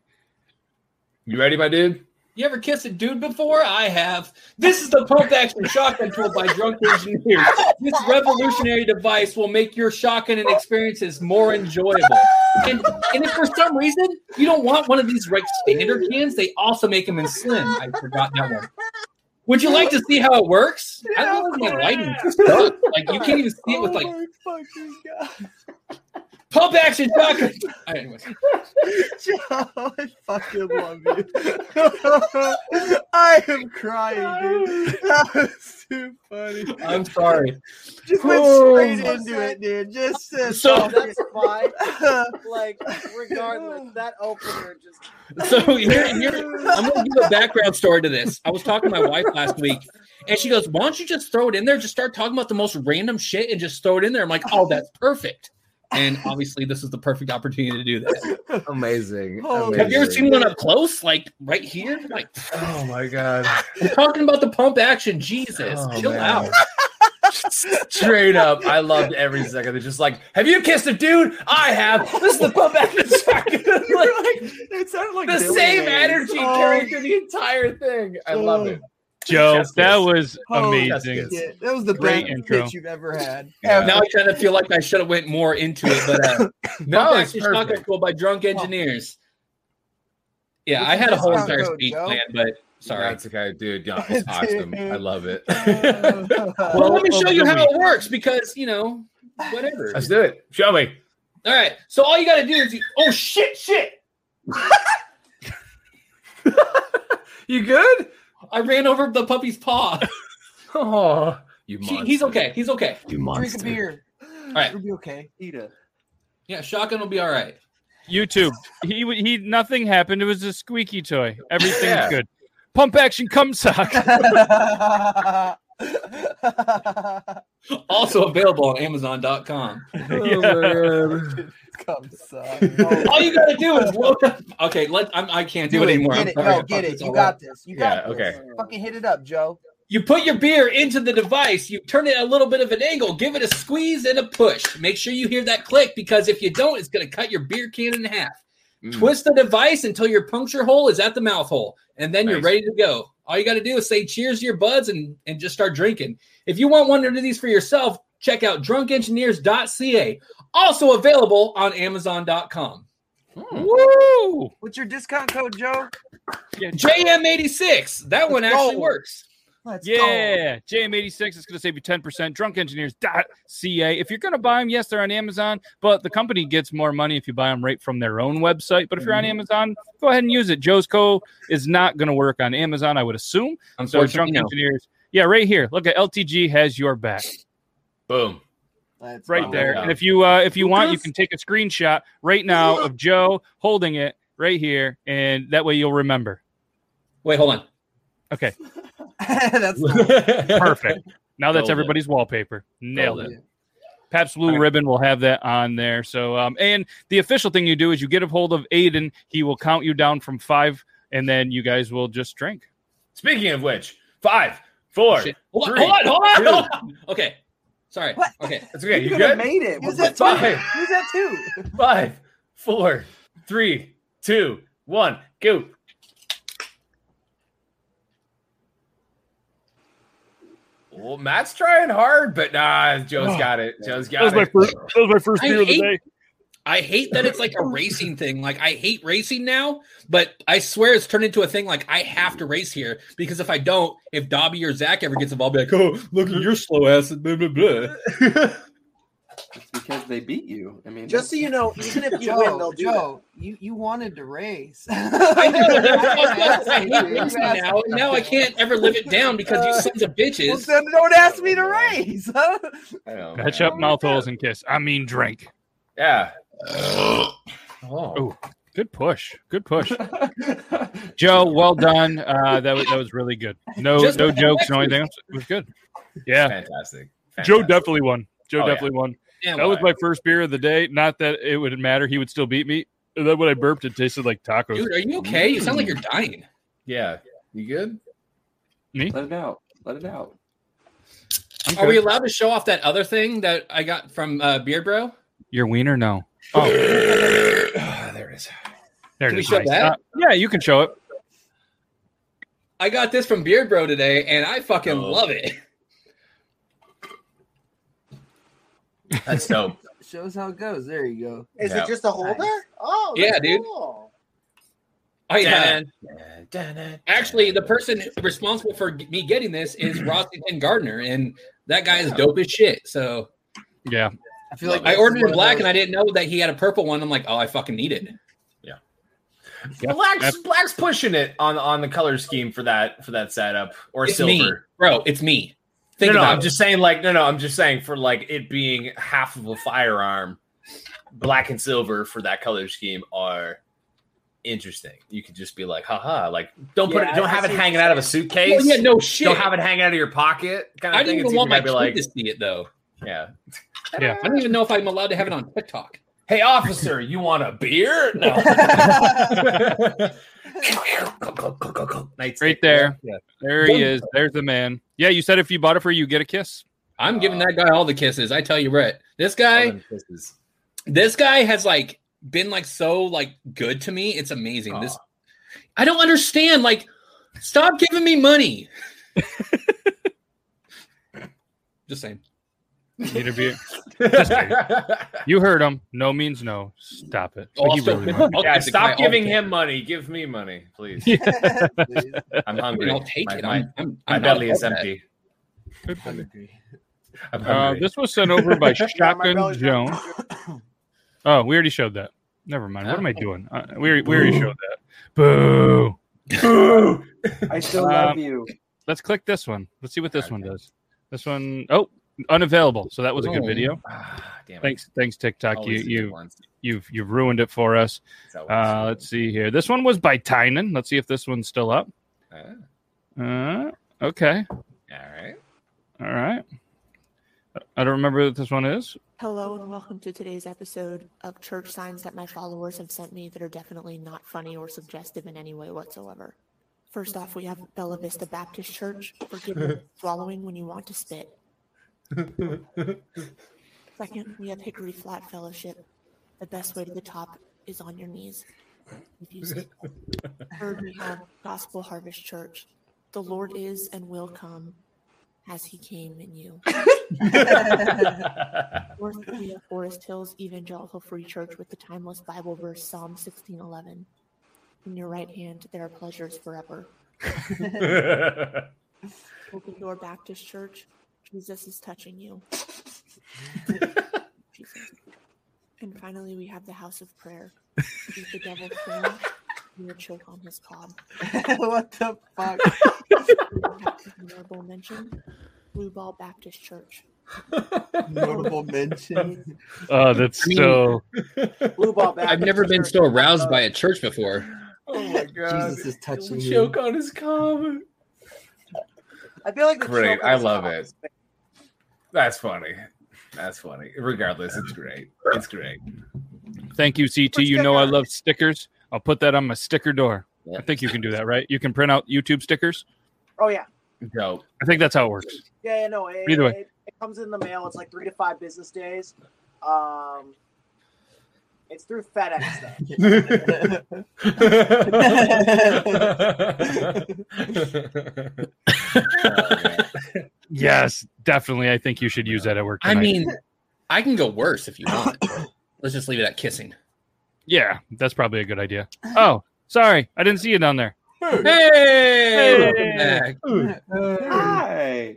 You ready, my dude? You ever kissed a dude before? I have. This is the pump action shotgun tool by Drunk Engineers. This revolutionary device will make your shotgun and experiences more enjoyable. And, and if for some reason you don't want one of these like standard cans, they also make them in slim. I forgot that one. Would you like to see how it works? I love my lighting. Like you can't even see it with like pump action shotgun. All right, anyways. Joe, I fucking love you. I am crying, dude. That was too funny. I'm sorry. Just went straight into it, dude. Just said "Oh, so. so that's fine. like regardless, that opener just So here, here, I'm going to give a background story to this. I was talking to my wife last week, and she goes, "Why don't you just throw it in there? Just start talking about the most random shit and just throw it in there." I'm like, "Oh, that's perfect." And obviously, this is the perfect opportunity to do that. Amazing. Oh, Have you ever amazing. seen one up close, like right here? Like, Oh my god. we're talking about the pump action. Jesus, Oh, chill man. out. Straight up, I loved every second. It's just like, have you kissed a dude? I have. This is the pump action shotgun. Like, it sounded like the Billy same Mays. energy Oh. carried through the entire thing. I love it. Joe, Chef's that kiss. was Holy amazing. shit. That was the Great best intro. pitch you've ever had. Now I kind of feel like I should have went more into it, but uh, No, Pump it's Action Shotgun perfect. Tool by Drunk Engineers. Yeah, What's I the had a whole discount entire code, speech Joe? planned, but sorry. That's okay, dude. Yeah, it's awesome. I love it. well, let me Well, show you over how the it works because you know, whatever. Let's do it. Show me. All right. So all you gotta do is you, oh shit, shit. You good? I ran over the puppy's paw. Oh, you She- monster. he's okay. He's okay. You Drink a beer. All right. It'll be okay. Eat a Yeah, shotgun will be all right. YouTube. He he. Nothing happened. It was a squeaky toy. Everything's Yeah. good. Pump action cum sock. Also available on Amazon.com. Come suck. All you gotta do is load up. Okay, let I'm, I can't do, it anymore. Get I'm it. sorry. No, Fuck, get it. it's You all got right. this. You got Yeah, this. okay. Fucking hit it up, Joe. You put your beer into the device, you turn it at a little bit of an angle, give it a squeeze and a push. Make sure you hear that click because if you don't, it's going to cut your beer can in half. Mm. Twist the device until your puncture hole is at the mouth hole, and then you're Nice. ready to go. All you got to do is say cheers to your buds and, and just start drinking. If you want one of these for yourself, check out drunkengineers.ca, also available on amazon.com. Hmm. Woo! What's your discount code, Joe? JM86, that one Let's actually go. works. Let's go. Yeah, JM86 is going to save you 10%. DrunkEngineers.ca. If you're going to buy them, yes, they're on Amazon, but the company gets more money if you buy them right from their own website. But if you're on Mm-hmm. Amazon, go ahead and use it. Joe's Co. is not going to work on Amazon, I would assume. So, Unfortunately, Drunk no. Engineers. Yeah, right here. Look at LTG has your back Boom. Let's right go. there. yeah. And if you uh, if you want, you Lucas? can take a screenshot right now of Joe holding it right here, and that way you'll remember. Wait, hold on. Okay, That's perfect. Now that's Nailed it. everybody's wallpaper. Nailed it. Nailed Paps Blue Okay. Ribbon will have that on there. So, um, and the official thing you do is you get a hold of Aiden. He will count you down from five, and then you guys will just drink. Speaking of which, five, four. Shit. Hold on, three, hold on, hold on, two. hold on. Okay. Sorry. What? Okay. That's okay. You could have good? made it. Who's that Five. two? Who's that two? Five, four, three, two, one, go. Well, Matt's trying hard, but nah, Joe's got it. Joe's got it. that was my first I beer of the hate- day. I hate that it's like a racing thing. Like I hate racing now, but I swear it's turned into a thing. Like I have to race here because if I don't, if Dobby or Zach ever gets involved, I'll be like, oh, look at your slow ass. and Blah blah blah. It's because they beat you. I mean, just so you know, even if you Joe, win, they'll do it. Joe, you you wanted to race. I know. that's what I was like, I hate racing now, and now I can't ever live it down because Uh, you sons of Well, bitches. then don't ask me to race. Huh? I know, Patch man. up mouth holes and kiss. I mean, drink. Yeah. Oh. Good push. Good push. Joe, well done. Uh, that was that was really good. No Just no like jokes, no Alexis. anything. Else. It was good. Yeah, Fantastic. Joe Fantastic. definitely won. Joe Oh, yeah. definitely won. Damn, That was why? my first beer of the day. Not that it would matter. He would still beat me. And then when I burped, it tasted like tacos. dude, are you okay? You sound like Mm. you're dying. Yeah. You good? let it out. Let it out. I'm Are good. we allowed to show off that other thing that I got from uh, Beard Bro? Your wiener? No. Oh, Ah, there it is. there it Can we is. show Nice. that? Uh, yeah, you can show it. I got this from Beard Bro today, and I fucking Oh. love it. That's dope. Shows how it goes. There you go. Is it just a holder? Oh, Yeah, that's dude. cool. Oh, I have. Actually, the person responsible for g- me getting this is Rossington Gardner, and that guy is dope as shit. So Yeah. I feel like this is ordered one in of black, those- and I didn't know that he had a purple one. I'm like, oh, I fucking need it. Yep. Black's Yep. Black's pushing it on on the color scheme for that for that setup or It's silver, me, bro. It's me. Think no, no, about I'm it. just saying like no, no, I'm just saying for like it being half of a firearm, black and silver for that color scheme are interesting. You could just be like, haha, like don't put Yeah, it, don't I- I have it see what hanging you're out of a saying. suitcase. Well, yeah, no shit. Don't have it hanging out of your pocket. Kind I of thing. didn't even It's want either my gotta kid be like, to see it though. yeah. Yeah. I don't even know if I'm allowed to have it on TikTok. Hey, officer, you want a beer? No. Right there. There he is. There's the man. Yeah, you said if you bought it for you, get a kiss. I'm giving that guy all the kisses. I tell you, Brett, this guy, this guy has like been like so like good to me. It's amazing. This, I don't understand. Like, stop giving me money. Just saying. Need a beer. Just saying. you heard him. No means no. Stop it. But he Also- really wanted it. yeah, I'll take my- stop I'll giving take him money. Give me money, please. I'm hungry. I'll take my, it. My, I'm- I'm- my I'm not belly is upset. empty. I'm Uh, hungry. this was sent over by Yeah, my Shotgun belly's Jones. Oh, we already showed that. Never mind. What am I doing? Uh, we, already- we already showed that. Boo. Boo. I still love Um, you. Let's click this one. Let's see what this one does. This one, oh, unavailable. So that was a good Oh. video. damn it. Thanks, thanks TikTok. You, Always the good you, ones. you've you've ruined it for us. always Uh, let's see here. This one was by Tynan. Let's see if this one's still up. Uh, okay. all right. All right. I don't remember what this one is. Hello and welcome to today's episode of church signs that my followers have sent me that are definitely not funny or suggestive in any way whatsoever. First off, we have Bella Vista Baptist Church. Forgive me swallowing when you want to spit. Second, we have Hickory Flat Fellowship. The best way to the top is on your knees. If you say that. Third, we have Gospel Harvest Church. The Lord is and will come as he came in you. Fourth, we have Forest Hills Evangelical Free Church with the timeless Bible verse Psalm 16:11. In your right hand there are pleasures forever. Open Door Baptist Church, Jesus is touching you. Jesus. And finally, we have the House of Prayer. Beat the devil's thing, you will choke on his cob. what the fuck? Honorable mention, Blue Ball Baptist Church. Notable mention. Oh, that's I mean- so. Blue ball I've never been so aroused by a church before. Oh my god. Jesus is touching He'll you. on his cob. I feel like the Great. choke on I his love cob it. is- That's funny. That's funny. Regardless, it's great. It's great. Thank you, CT. You know I love stickers. I'll put that on my sticker door. I think you can do that, right? You can print out YouTube stickers. Oh yeah. Dope. I think that's how it works. Yeah, yeah, no. It, Either way. It, it comes in the mail. It's like three to five business days. Um, it's through FedEx though. Yes, definitely. I think you should use that at work. I tonight. mean, I can go worse if you want. Let's just leave it at kissing. yeah, that's probably a good idea. Oh, sorry, I didn't see you down there. Hey, welcome back. Hi.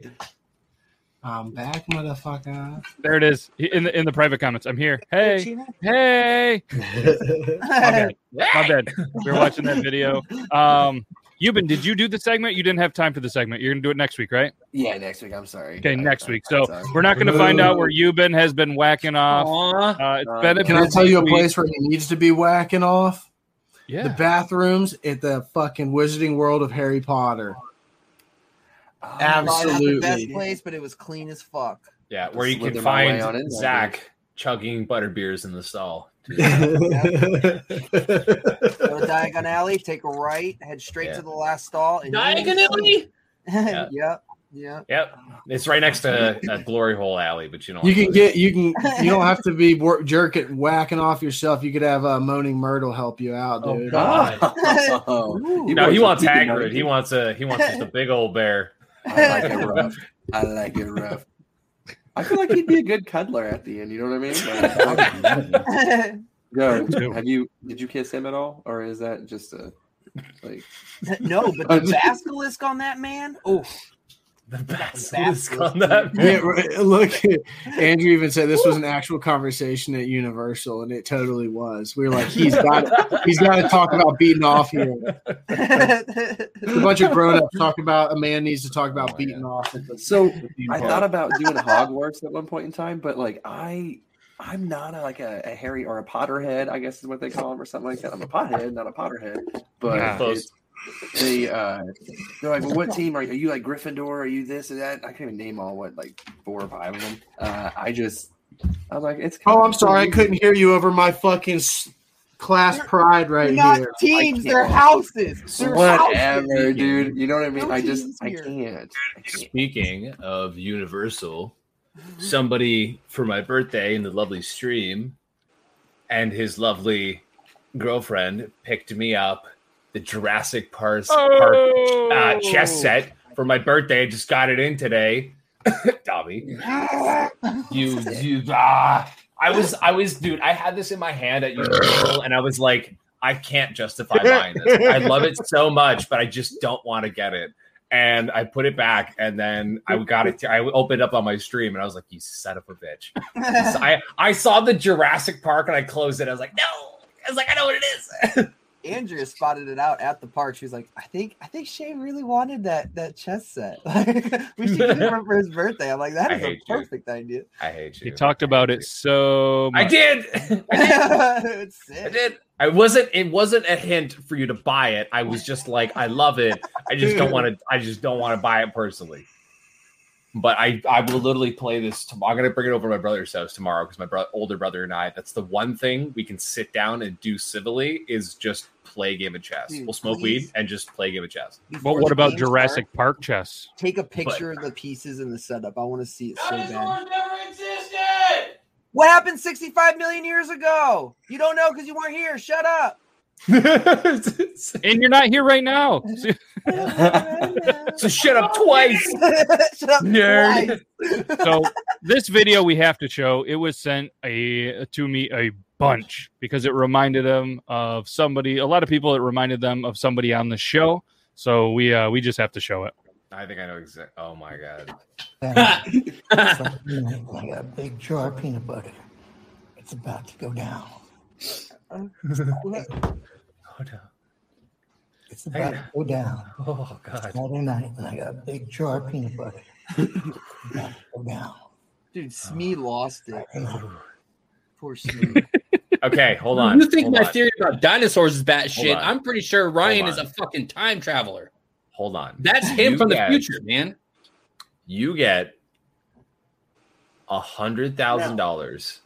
I'm back, motherfucker. There it is in the in the private comments. I'm here. Hey, hey. My bad. My bad. We were watching that video. Um, Euban, did you do the segment? You didn't have time for the segment. You're gonna do it next week, right? Yeah, next week. I'm sorry. Okay, I- next I- week. So I'm sorry. we're not gonna find out where Euban has been whacking off. Aw. Uh, it's been a Can I busy tell you a week. place where he needs to be whacking off? Yeah. The bathrooms at the fucking Wizarding World of Harry Potter. Oh, Not the best Absolutely. place, but it was clean as fuck. Yeah, where you Slither can my way on in find there, Zach chugging butterbeers in the stall. Go to Diagon Alley, take a right, head straight Yeah. to the last stall. And Diagon Alley? yeah. Yeah. Yep. It's right next to uh, Glory Hole Alley, but you don't. You can get you can you don't have to be wor- jerking whacking off yourself. You could have uh, moaning Myrtle help you out, dude. Oh, God. Oh, no, he wants Hagrid. He wants a he wants just a big old bear. I like it rough. I like it rough. I feel like he'd be a good cuddler at the end. You know what I mean? Like, Go. Have you? Did you kiss him at all, or is that just a like? No, but the basilisk on that man. Oh, the basilisk on that Yeah, right. look, Andrew even said this was an actual conversation at Universal, and it totally was. We were like, he's got he's got to talk about beating off here. A bunch of grown ups talk about a man needs to talk about beating off. At the, So at the theme Oh, I park. thought about doing Hogwarts at one point in time, but like I, I'm not a, like a, a Harry or a Potterhead. I guess is what they call him or something like that. I'm a pothead, not a Potterhead. But Yeah. it's- they, uh, they're like, well, what team are you? Are you like Gryffindor? Are you this and that? I can't even name all what like four or five of them. Uh, I just, I'm like, it's. Oh, I'm sorry, I couldn't hear you over my fucking s- class pride right not here. teams, they're houses. They're Whatever, dude. You know what I mean? No I just, I teams here. can't. Speaking of Universal, somebody for my birthday in the lovely stream and his lovely girlfriend picked me up the Jurassic Park, Park uh, chess set for my birthday. I just got it in today. Dobby. you, you, ah. I was, I was, dude, I had this in my hand at Universal and I was like, I can't justify buying this. I love it so much, but I just don't want to get it. And I put it back, and then I got it. I opened up on my stream, and I was like, "You son of a bitch!" So I I saw the Jurassic Park, and I closed it. I was like, "No!" I was like, I know what it is. Andrea spotted it out at the park. She was like, I think I think Shane really wanted that that chess set. Like, we should get it for his birthday. I'm like, that I is a hate you. perfect idea. I hate He talked about it so. I much. did. it's sick. I did. I wasn't. It wasn't a hint for you to buy it. I was just like, I love it. I just don't want to. I just don't want to buy it personally. But I, I will literally play this. tom- I'm gonna bring it over to my brother's house tomorrow because my bro- older brother and I. That's the one thing we can sit down and do civilly is just play a game of chess. Dude, we'll smoke please. weed and just play a game of chess. Before But the what about game Jurassic Park chess? Take a picture of the pieces and the setup. I want to see it so bad. never existed. What happened 65 million years ago? You don't know because you weren't here. Shut up. and you're not here right now. so shut up twice. Shut up. Nerd. so this video we have to show. It was sent a to me a bunch because it reminded them of somebody. A lot of people. It reminded them of somebody on the show. So we uh, we just have to show it. I think I know exactly. Oh my god. it's like, you know, like a big jar of peanut butter. It's about to go down. It's about to go down. Oh god. Saturday night, and I got a big jar of peanut butter. It's about to go down. Dude, Smee lost it. Poor Smee. Okay, hold on. You think hold my on. theory about dinosaurs is bat Hold shit? on. I'm pretty sure Ryan Hold is on. a fucking time traveler. Hold on. That's him You from the guys- future, man. You get a hundred thousand dollars,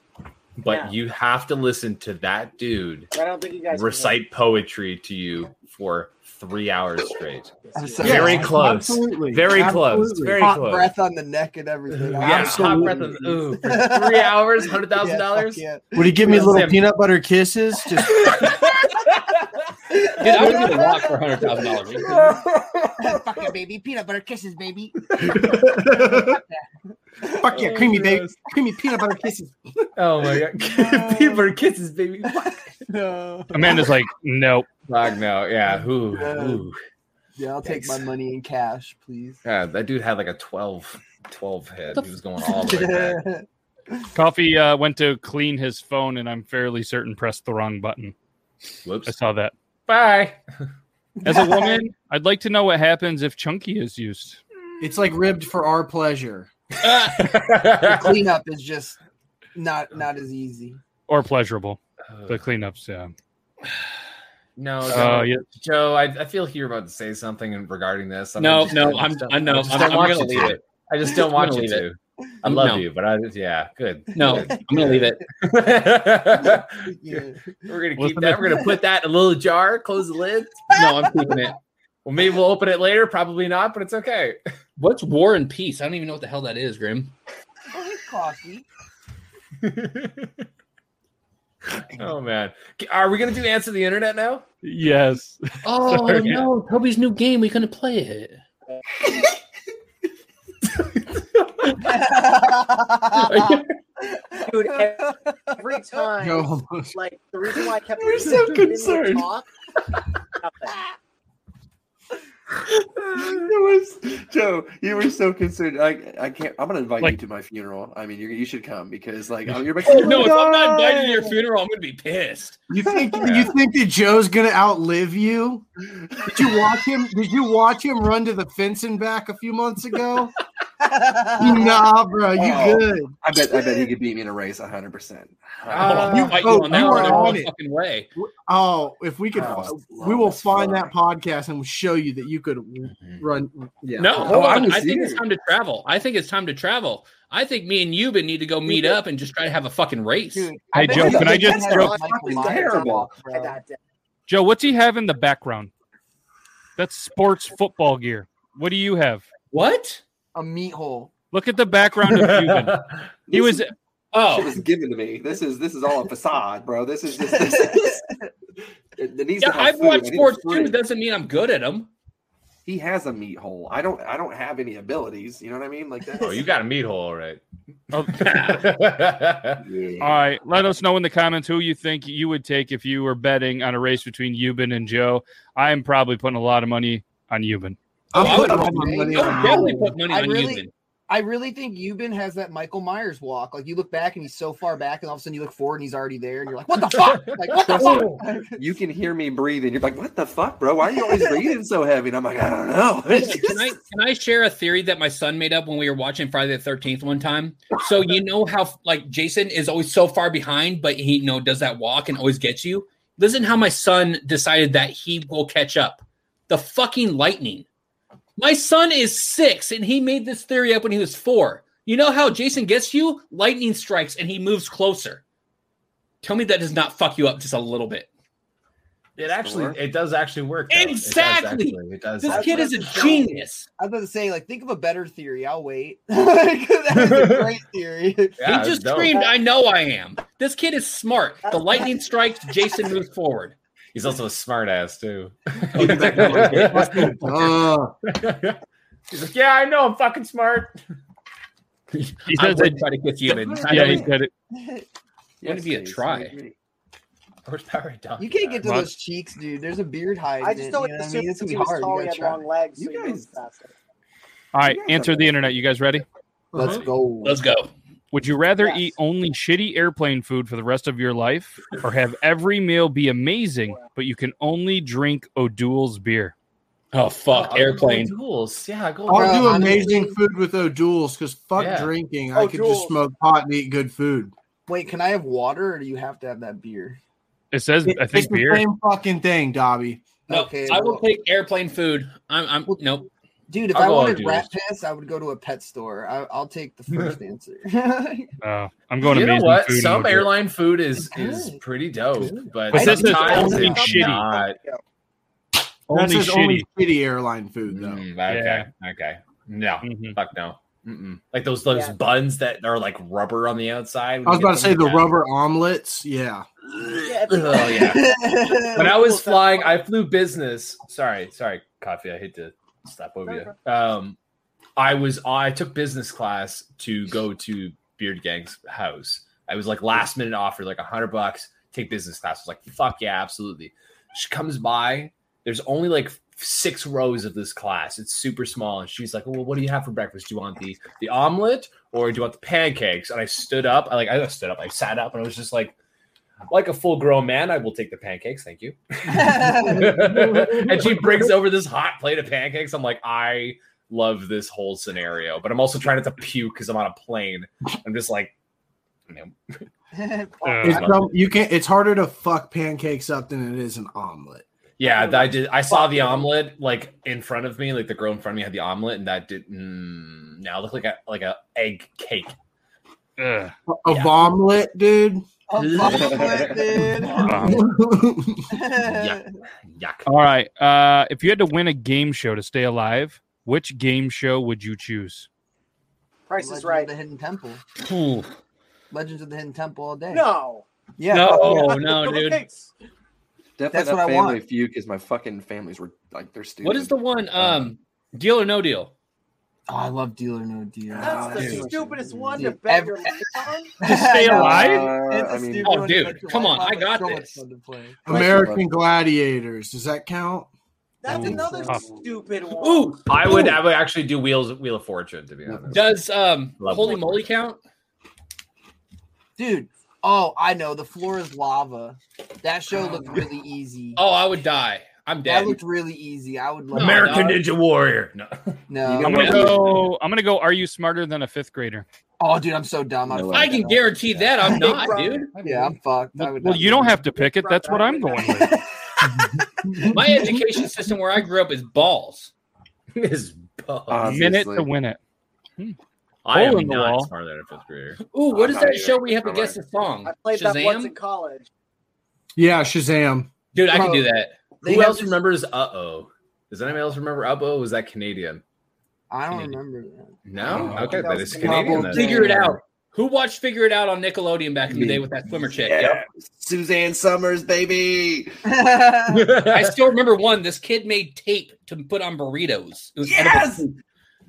but No. you have to listen to that dude I don't think you guys can recite poetry to you for three hours straight. I'm sorry. Very close. Absolutely. Very close. Absolutely. Very Hot close. breath on the neck and everything. Yeah, hot breath of, ooh, for three hours, hundred thousand dollars. Would he give me Yeah. little peanut butter kisses? Just Dude, I would do the rock for hundred thousand dollars. Fuck it, baby. Peanut butter kisses, baby. fuck yeah, creamy baby, creamy peanut butter kisses. Oh my god, peanut butter kisses, baby. Fuck. No. Amanda's like, nope. Fuck no, yeah. Ooh, Yeah. ooh. Yeah, I'll take my money in cash, please. Yeah, that dude had like a 12, 12 hit. He was going all the way back. Coffee uh, went to clean his phone, and I'm fairly certain pressed the wrong button. Whoops. I saw that. Bye. As a woman, I'd like to know what happens if chunky is used. It's like ribbed for our pleasure. the cleanup is just not not as easy. or pleasurable. The cleanups, yeah. No, Oh, Uh, Joe, yeah. Oh, Joe I, I feel like you're about to say something in- regarding this. and I No, just- no, I I'm, just don't- I know. just I'm, don't I'm want gonna you leave to. it. I just don't I'm want gonna you leave to. it. I love No. you, but I just, yeah, good. No, Good. I'm gonna leave it. Yeah. We're gonna keep Listen that. to- We're gonna put that in a little jar. Close the lid. No, I'm keeping it. Well, maybe we'll open it later. Probably not, but it's okay. What's War and Peace? I don't even know what the hell that is, Grim. Oh, it's coffee. Oh man, are we gonna do answer the internet now? Yes. Oh Sorry. no, Toby's new game. We couldn't play it. Dude, every time, No. like the reason why I kept We're so didn't wanna concerned. talk, It was Joe. You were so concerned. I, I can't. I'm gonna invite you to my funeral. I mean, you you should come because like oh, you're. no, if I'm not invited to your funeral, I'm gonna be pissed. You think you think that Joe's gonna outlive you? Did you watch him? Did you watch him run to the fence and back a few months ago? nah, bro, you Oh, good. I bet I bet he could beat me in a race 100. percent Uh, you fight oh, on that you one, are no on it. fucking way. Oh, if we could, Oh, we will find that podcast and we'll show you that you could run. Yeah. No, Mm-hmm. hold on. I think it's time to travel. I think it's time to travel. I think me and Euban need to go meet up and just try to have a fucking race. Hey, Joe, can I just throw? Joe, what's he have in the background? That's sports football gear. What do you have? What? A meat hole. Look at the background of Cuban. He was. Oh, shit was given to me. This is this is all a facade, bro. This is just. This is, it, it needs Yeah, to have I've food. watched It needs sports too. food. Doesn't mean I'm good at them. He has a meat hole. I don't. I don't have any abilities. You know what I mean? Like that. Oh, you got a meat hole, all right. Oh, All right, let us know in the comments who you think you would take if you were betting on a race between Euban and Joe. I am probably putting a lot of money on Euban. Oh, I would I would definitely put money I on really- Euban. I really think Euban has that Michael Myers walk. Like you look back and he's so far back, and all of a sudden you look forward and he's already there, and you're like, "What the fuck? Like what the fuck?" Oh. You can hear me breathing. You're like, what the fuck, bro? Why are you always breathing so heavy? And I'm like, I don't know. Can I can I share a theory that my son made up when we were watching Friday the Thirteenth one time? So you know how like Jason is always so far behind, but he you know does that walk and always gets you. Listen how my son decided that he will catch up. The fucking lightning. My son is six, and he made this theory up when he was four. You know how Jason gets you? Lightning strikes, and he moves closer. Tell me that does not fuck you up just a little bit. It actually, it does actually work. though. It does Exactly. actually- It does. This actually kid work. is a genius. I was about to say, like, think of a better theory. I'll wait. Like, that is a great theory. he just screamed, "I know I am." This kid is smart. The lightning strikes. Jason moves forward. He's also a smart ass too. Oh, Uh, He's like, yeah, I know, I'm fucking smart. He I said would that- try to get human. I Yeah, don't- he said it. Wouldn't it be a try? Horsepower dog. You can't get to What? those cheeks, dude. There's a beard hide. I just don't don't you know what I assume mean? It's since gonna be he was hard. tall, You he gotta had try. long legs. You so he guys- moved faster. All right, answer the internet. You guys ready? Let's Uh-huh. go. Let's go. Would you rather eat only shitty airplane food for the rest of your life or have every meal be amazing, but you can only drink O'Doul's beer? Oh, fuck. Uh, airplane. Tools. Yeah, go. I'll do amazing food with O'Doul's because fuck Yeah. drinking. I could just O'Doul's. smoke pot and eat good food. Wait, can I have water, or do you have to have that beer? It says, I It's think, the beer. same fucking thing, Dobby. No, Okay, I will well- take airplane food. I'm. I'm. Nope. Dude, if I'll i go wanted O'Doul's. rat piss, I would go to a pet store. I, I'll take the first answer. Oh, I'm going you know amazing what? food. and Some O'Doul. airline food is is pretty dope, but, But this is sometimes only it's shitty. not. That Only says only shitty. shitty airline food though. Mm, okay, okay, no, Mm-hmm. fuck no. Mm-mm. Like those those Yeah. buns that are like rubber on the outside. when I was you about get to say them. the Yeah. rubber omelets. Yeah. Oh, yeah. when I was flying, I flew business. Sorry, sorry, coffee. I hate to stop over you. Um, I was I took business class to go to Beard Gang's house. I was like last minute offer, like a hundred bucks. Take business class. I was like, fuck yeah, absolutely. She comes by. There's only like six rows of this class. It's super small, and she's like, well, what do you have for breakfast? Do you want the the omelet or do you want the pancakes? And I stood up. I like I stood up. I sat up, and I was just like like a full grown man, I will take the pancakes. Thank you. and she brings over this hot plate of pancakes. I'm like, I love this whole scenario, but I'm also trying not to puke because I'm on a plane. I'm just like, no. It's dumb- you can It's harder to fuck pancakes up than it is an omelet. yeah, I did. I saw the omelet like in front of me, like the girl in front of me had the omelet, and that did mm, now look like a like a egg cake. A a omelet, dude. Yuck. All right. Uh, if you had to win a game show to stay alive, Which game show would you choose? Price is Legends right. Of the Hidden Temple. Phew. Legends of the Hidden Temple all day. No. Yeah. No, fuck no, dude. Definitely That's not what I Family want. Feud because my fucking families were like they're stupid. What is the one? Um, Deal or No Deal. Oh, I love Deal or No Deal. Oh, That's the Ah, Dude. stupidest one to Dude, bet ev- your life on. To stay Uh, I know. alive? It's a I mean- stupid Oh, one to dude, bet your come life on, I but got so much this. fun to play. American Gladiators. Does that count? That's another Tough. stupid one. Ooh, I would. Ooh. I would actually do Wheels Wheel of Fortune to be honest. Does um Love Holy Wheel of Moly count? Dude, oh, I know. The floor is lava. That show looked really easy. Oh, I would die. I'm That dead. looked really easy. I would love American that. Ninja Warrior. No. No. I'm gonna go. I'm gonna go. Are you smarter than a fifth grader? Oh, dude, I'm so dumb. I'm I can guarantee that I'm not, Bro. dude. Yeah, I'm fucked. I would Well, not you do don't that. have to pick it. That's what I'm going with. My education system where I grew up is balls. is balls. Minute to win it. Hmm. Hmm. I Hole am in the not wall. smarter than a fifth grader. Ooh, what is I'm not that either. show where you have to I'm guess the like- song? I played that once in Shazam? college. Yeah, Shazam. Dude, I can do that. They Who have else this- remembers Uh Oh? Does anybody else remember Uh Oh? Was that Canadian? I don't remember that. No. Oh, Okay, that that was is Canadian. Double then. Figure it out. Who watched Figure It Out on Nickelodeon back in the day with that swimmer chick? Yeah. Suzanne Summers, baby. Yep. I still remember one. This kid made tape to put on burritos. It was Yes! edible.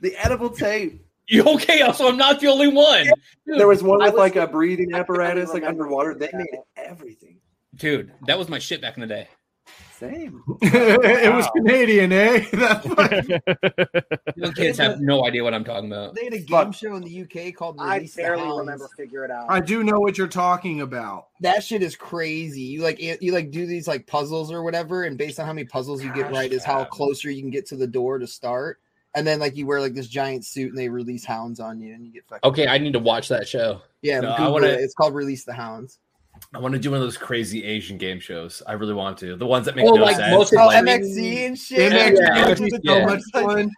The edible tape. You okay? Also, I'm not the only one. Dude, There was one I with like a breathing apparatus, like underwater. They made everything. dude, that was my shit back in the day. Same. it was Canadian, eh? That's Young kids have no idea what I'm talking about. They had a game show in the UK called I Release the barely Hounds. remember figure it out. I do know what you're talking about. That shit is crazy. You like you you, like do these like puzzles or whatever, and based on how many puzzles you get Gosh, right is how man. closer you can get to the door to start. And then like you wear like this giant suit, and they release hounds on you, and you get fucking Okay, I need to watch that show. yeah. No, I Google wanna- it. It's called Release the Hounds. I want to do one of those crazy Asian game shows. I really want to. The ones that make Oh, no like sense. most- Oh, Like- MXC and shit. MXC Yeah. would be so Yeah. much fun.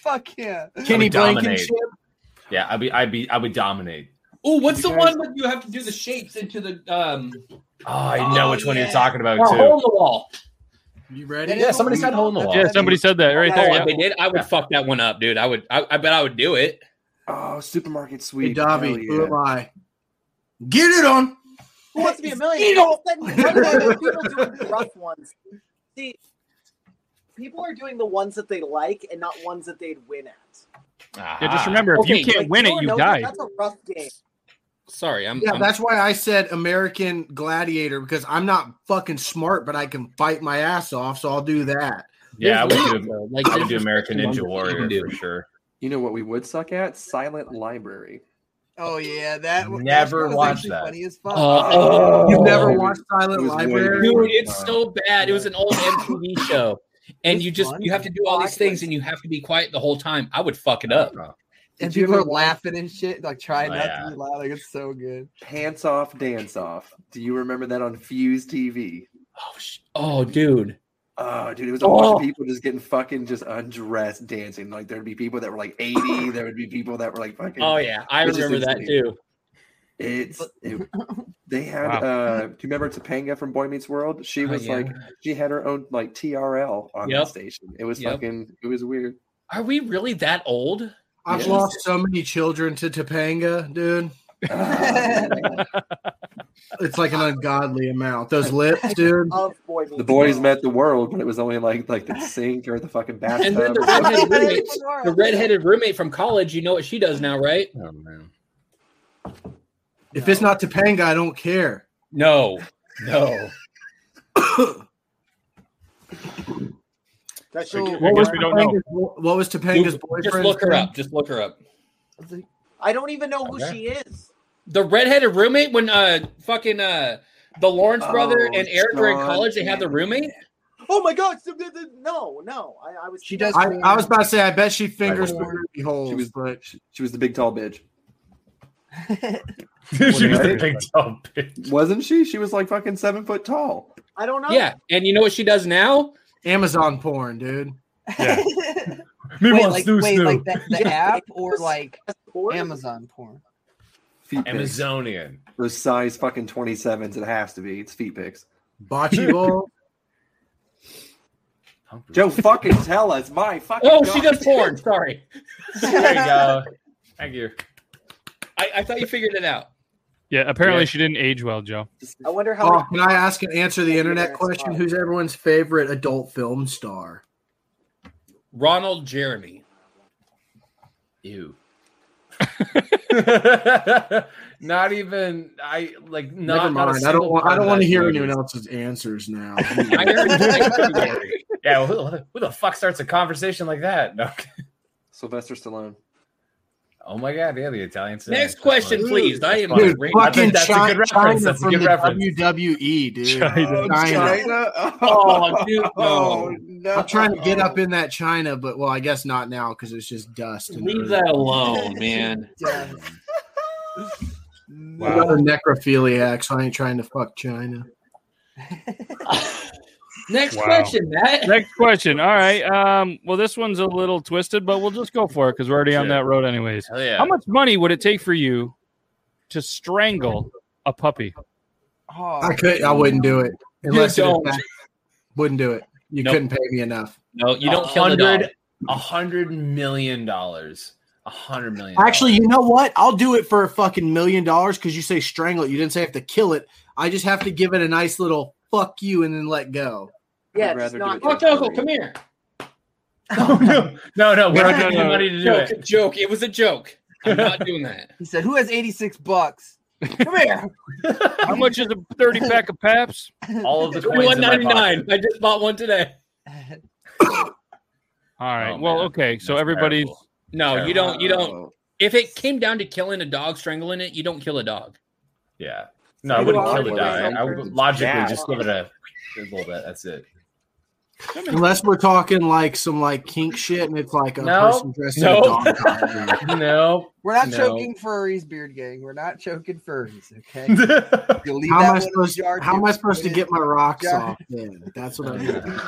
Fuck yeah. Kenny would dominate. Blankenship. yeah, I'd be, I'd be, I would dominate. Oh, what's You the guys- one where you have to do the shapes into the um Oh, I know Oh, which one you're yeah. talking about a hole in too. the wall? You That ready? is Yeah, somebody what said we- hole in the wall. Yeah, somebody said that right Oh, there. if yeah. they did, I would fuck that one up, dude. I would. I, I bet I would do it. Oh, supermarket Hey, sweep. Hell Dobby, yeah. who am I? Get it on. Who wants to be a millionaire? All of a sudden, right now, there's people doing the rough ones. See, people are doing the ones that they like and not ones that they'd win at. Yeah, just Ah. remember, if Okay, you can't Like, win it, Dylan you knows die. That's a rough game. Sorry, I'm. Yeah, I'm- that's why I said American Gladiator because I'm not fucking smart, but I can fight my ass off, so I'll do that. Yeah, I would There's do. though. Like, I would there's do just American fucking Ninja ones that you Warrior can do. for sure. You know what we would suck at? Silent Library. Oh yeah, that that Never show was watched actually that. Funny as fuck. Uh, You've Oh. never watched Silent It was way Library? before Dude, my it's time. so bad. It was an old MTV show, and It's you just fun. you have to do all these things, and you have to be quiet the whole time. I would fuck it up. and Did you people ever are laughing and shit, like trying Oh, not yeah. to be loud. Like it's so good. Pants off, dance off. Do you remember that on Fuse TV? Oh, sh- oh dude. Oh, dude, it was a Oh. bunch of people just getting fucking just undressed dancing. Like there'd be people that were like 80, there would be people that were like fucking Oh yeah, I Which is remember that insane. too. It's it, they had Wow. uh do you remember Topanga from Boy Meets World? She Oh, was yeah. like she had her own like TRL on Yep. the station. It was Yep. fucking it was weird. Are we really that old? I've Yes. lost so many children to Topanga, dude. It's like an ungodly amount. Those lips, dude. Of boy meets the boys girl. met the world, but it was only like like the sink or the fucking bathtub. And then the or something. redheaded roommate, the redheaded roommate from college. You know what she does now, right? Oh, man. If it's not Topanga, I don't care. No, no. That Oh, should So- give I you- guess we don't know. Topanga's- What was Topanga's boyfriend? Just look her up. Just look her up. I don't even know who Okay. she is. The redheaded roommate when uh fucking uh the Lawrence brother Oh, and Eric were in John college, they had the roommate. Oh my god! so- th- th- No, no. I, I was. She does. I, I was about to say, I bet she fingers Right. the holes, She was- but She was the big tall bitch. she was the Right? big dumb bitch. Wasn't she? She was like fucking seven foot tall. I don't know. Yeah, and you know what she does now? Amazon porn, dude. Yeah. wait, Meanwhile, like, Snoo wait, like Snoo. the, the app or Yes. like Or- Amazon porn? Feet pics. Amazonian. Those size fucking 27s. It has to be. It's feet pics. Bocce ball. Joe, fucking tell us. My fucking. Oh, she God. does porn. Sorry. There you go. Thank you. I, I thought you figured it out. Yeah, apparently Yeah. she didn't age well, Joe. I wonder how. Oh, can I ask and answer the internet question? Who's everyone's favorite adult film star? Ronald Jeremy. Ew. not even I like not. Never mind. I not a don't single want. one I don't of want to those hear movies. anyone else's answers now. yeah, who, the- who the fuck starts a conversation like that? No. Sylvester Stallone. Oh my god, yeah, the Italian. Cinema. Next question, Dude, please. I am dude, great. Fucking that's a Chi- good reference. China That's a from good the reference. WWE, dude. China. China. Oh, dude, no. no. I'm trying to get up in that China, but well, I guess not now because it's just dust. and Leave dirt. that alone, man. I got a necrophiliac, so I ain't trying to fuck China. Next Wow. question, Matt. Next question. All right. Um, well, this one's a little twisted, but we'll just go for it because we're already on Sure. that road, anyways. Hell yeah. How much money would it take for you to strangle a puppy? Oh, I could. I wouldn't do it unless it don't. was back- wouldn't do it. You Nope. couldn't pay me enough. No, you don't a kill the dog. hundred- A hundred million dollars. A hundred million. Actually, you know what? I'll do it for a fucking million dollars because you say strangle it. You didn't say I have to kill it. I just have to give it a nice little fuck you and then let go. Yeah, I'd just rather do not. it. Fuck Uncle, come here. no, no, we're No, not getting no, the money to do Joke, it. joke. It was a joke. I'm not doing that. He said, "Who has eighty-six bucks? Come here." How much is a 30 pack of Paps? All of the coins One in my ninety nine. I pocket. just bought one today. All right. Oh, well, man. okay. So That's everybody's. terrible. No, you Terrible. don't. You don't. Oh. If it came down to killing a dog, strangling it, you don't kill a dog. Yeah. No, I You wouldn't are kill the the dog. right I would person. logically Yeah. just give it a, a little bit. That's it. Unless we're talking like some like kink shit and it's like a No. person dressed No. in a dog. costume. No. We're not No. choking furries, beard gang. We're not choking furries. Okay. no. You leave How that one am I in the supposed? jar, How am I dude. supposed to It- get my rocks jar. off? Then that's what I'm. doing.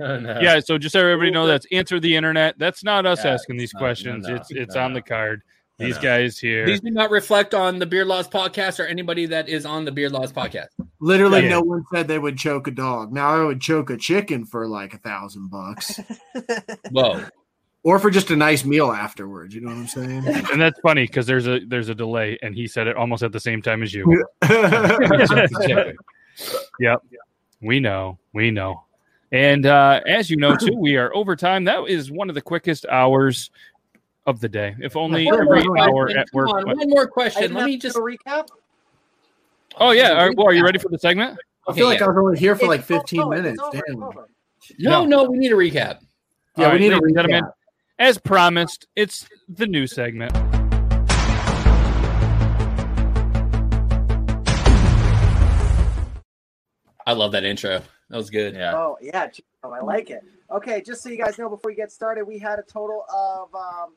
Oh, Yeah, so just so everybody know that's answer the internet. That's not us Yeah, asking these it's not- no, questions. no, it's it's no, on no. the card. No, These no. guys here. These do not reflect on the Beard Laws podcast or anybody that is on the Beard Laws podcast. Literally, Yeah. no one said they would choke a dog. Now I would choke a chicken for like a thousand bucks, Oh. Whoa. or for just a nice meal afterwards. You know what I'm saying? and that's funny because there's a there's a delay, and he said it almost at the same time as you. yep. We know. We know. And uh, as you know, too, we are overtime. That is one of the quickest hours of the day. If only One more every question. hour at Come work. on, one more I question. didn't Let have me to just. do a recap. Oh yeah. All right, well, are you ready for the segment? I feel like yeah. I was only here for It's- like oh, no, 15 it's minutes. over, it's Damn. over. No, no, we need a recap. Yeah, All we right, need a ladies and gentlemen, recap. as promised, it's the news segment. I love that intro. That was good. Yeah. Oh yeah, gee, oh, I like it. Okay, just so you guys know, before we get started, we had a total of um,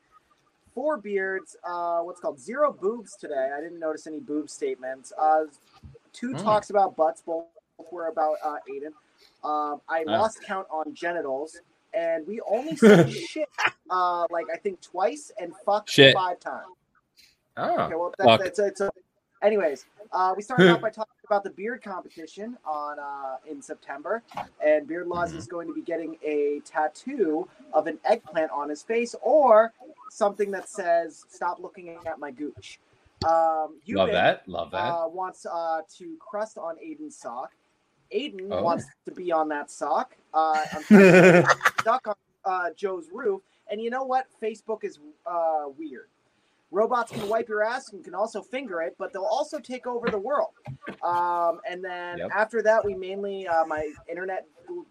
four beards. Uh, what's called zero boobs today. I didn't notice any boob statements. Uh, Hmm. two talks about butts. Both were about uh, Aiden. Um, I Ah. lost count on genitals, and we only said shit uh, like I think twice and fuck Shit. five times. Okay, Oh. well, Fuck. that's, that's, that's, anyways, uh, we started off by talking about the beard competition on uh, in September, and Beard Laws is Mm-hmm. going to be getting a tattoo of an eggplant on his face or something that says "Stop looking at my gooch." Um, you Love that. Love that. uh, wants uh, to crust on Aiden's sock. Aiden Oh. wants to be on that sock. Uh, I'm stuck on uh, Joe's roof. And you know what? Facebook is uh, weird. Robots can wipe your ass and can also finger it, but they'll also take over the world. Um, and then Yep. after that, we mainly uh, my internet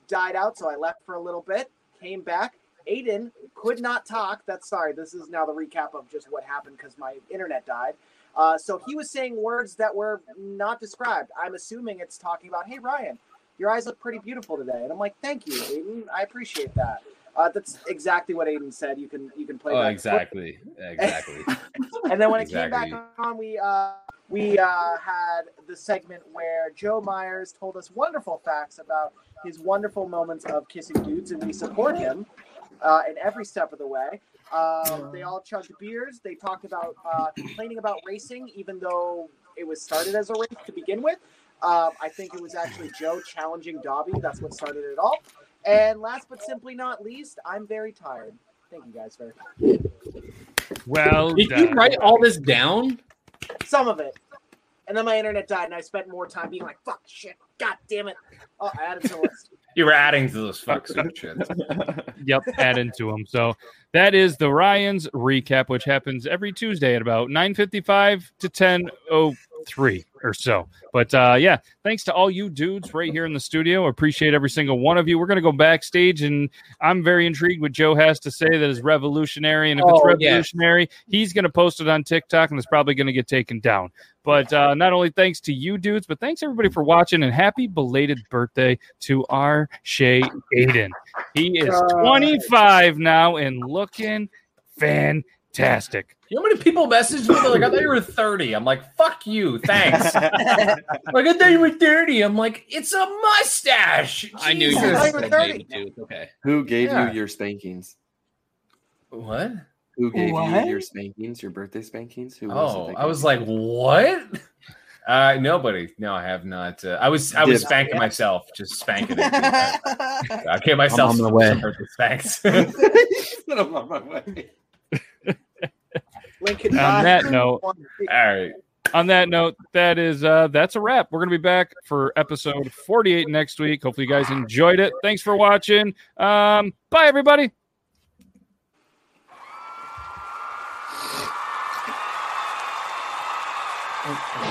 died out, so I left for a little bit, came back. Aiden could not talk. That's sorry. This is now the recap of just what happened because my internet died. Uh, so he was saying words that were not described. I'm assuming it's talking about, hey, Ryan, your eyes look pretty beautiful today. And I'm like, thank you, Aiden. I appreciate that. Uh, that's exactly what Aiden said. You can you can play Oh, back. exactly. Exactly. And then when it Exactly. came back on, we uh, we uh, had the segment where Joe Myers told us wonderful facts about his wonderful moments of kissing dudes, and we support him uh, in every step of the way. Um, they all chugged beers. They talked about uh, complaining about racing, even though it was started as a race to begin with. Um, I think it was actually Joe challenging Dobby. That's what started it all. And last but simply not least, I'm very tired. Thank you guys very much. Well, did you write all this down? Some of it. And then my internet died, and I spent more time being like, "Fuck, shit, god damn it!" Oh, I added to the list. You were adding to those fucks. shit. yep, add into them. So that is the Ryan's recap, which happens every Tuesday at about 9.55 to 10.03 or so. But uh, yeah, thanks to all you dudes right here in the studio. Appreciate every single one of you. We're going to go backstage, and I'm very intrigued what Joe has to say that is revolutionary. And if it's Oh, yeah. revolutionary, he's going to post it on TikTok, and it's probably going to get taken down. But uh, not only thanks to you dudes, but thanks everybody for watching, and happy belated birthday to our Shay Aiden. He is Uh, 25 now and looking fantastic. You know how many people messaged me? They're like, I thought you were 30. I'm like, fuck you. Thanks. like, I thought you were 30. I'm like, it's a mustache. I knew you Jesus. were I gonna thought you name it, too. It's Okay. Who gave Yeah. you your spankings? What? Who gave What? you your spankings? Your birthday spankings? Who Oh, that I was gave like, what? Uh, nobody. No, I have not. Uh, I was I was Did- spanking myself, just spanking it. I gave myself on my some way. birthday spanks. you? I'm on my way. Lincoln. On that note, all right. On that note, that is uh that's a wrap. We're gonna be back for episode 48 next week. Hopefully you guys enjoyed it. Thanks for watching. Um, bye everybody. Okay.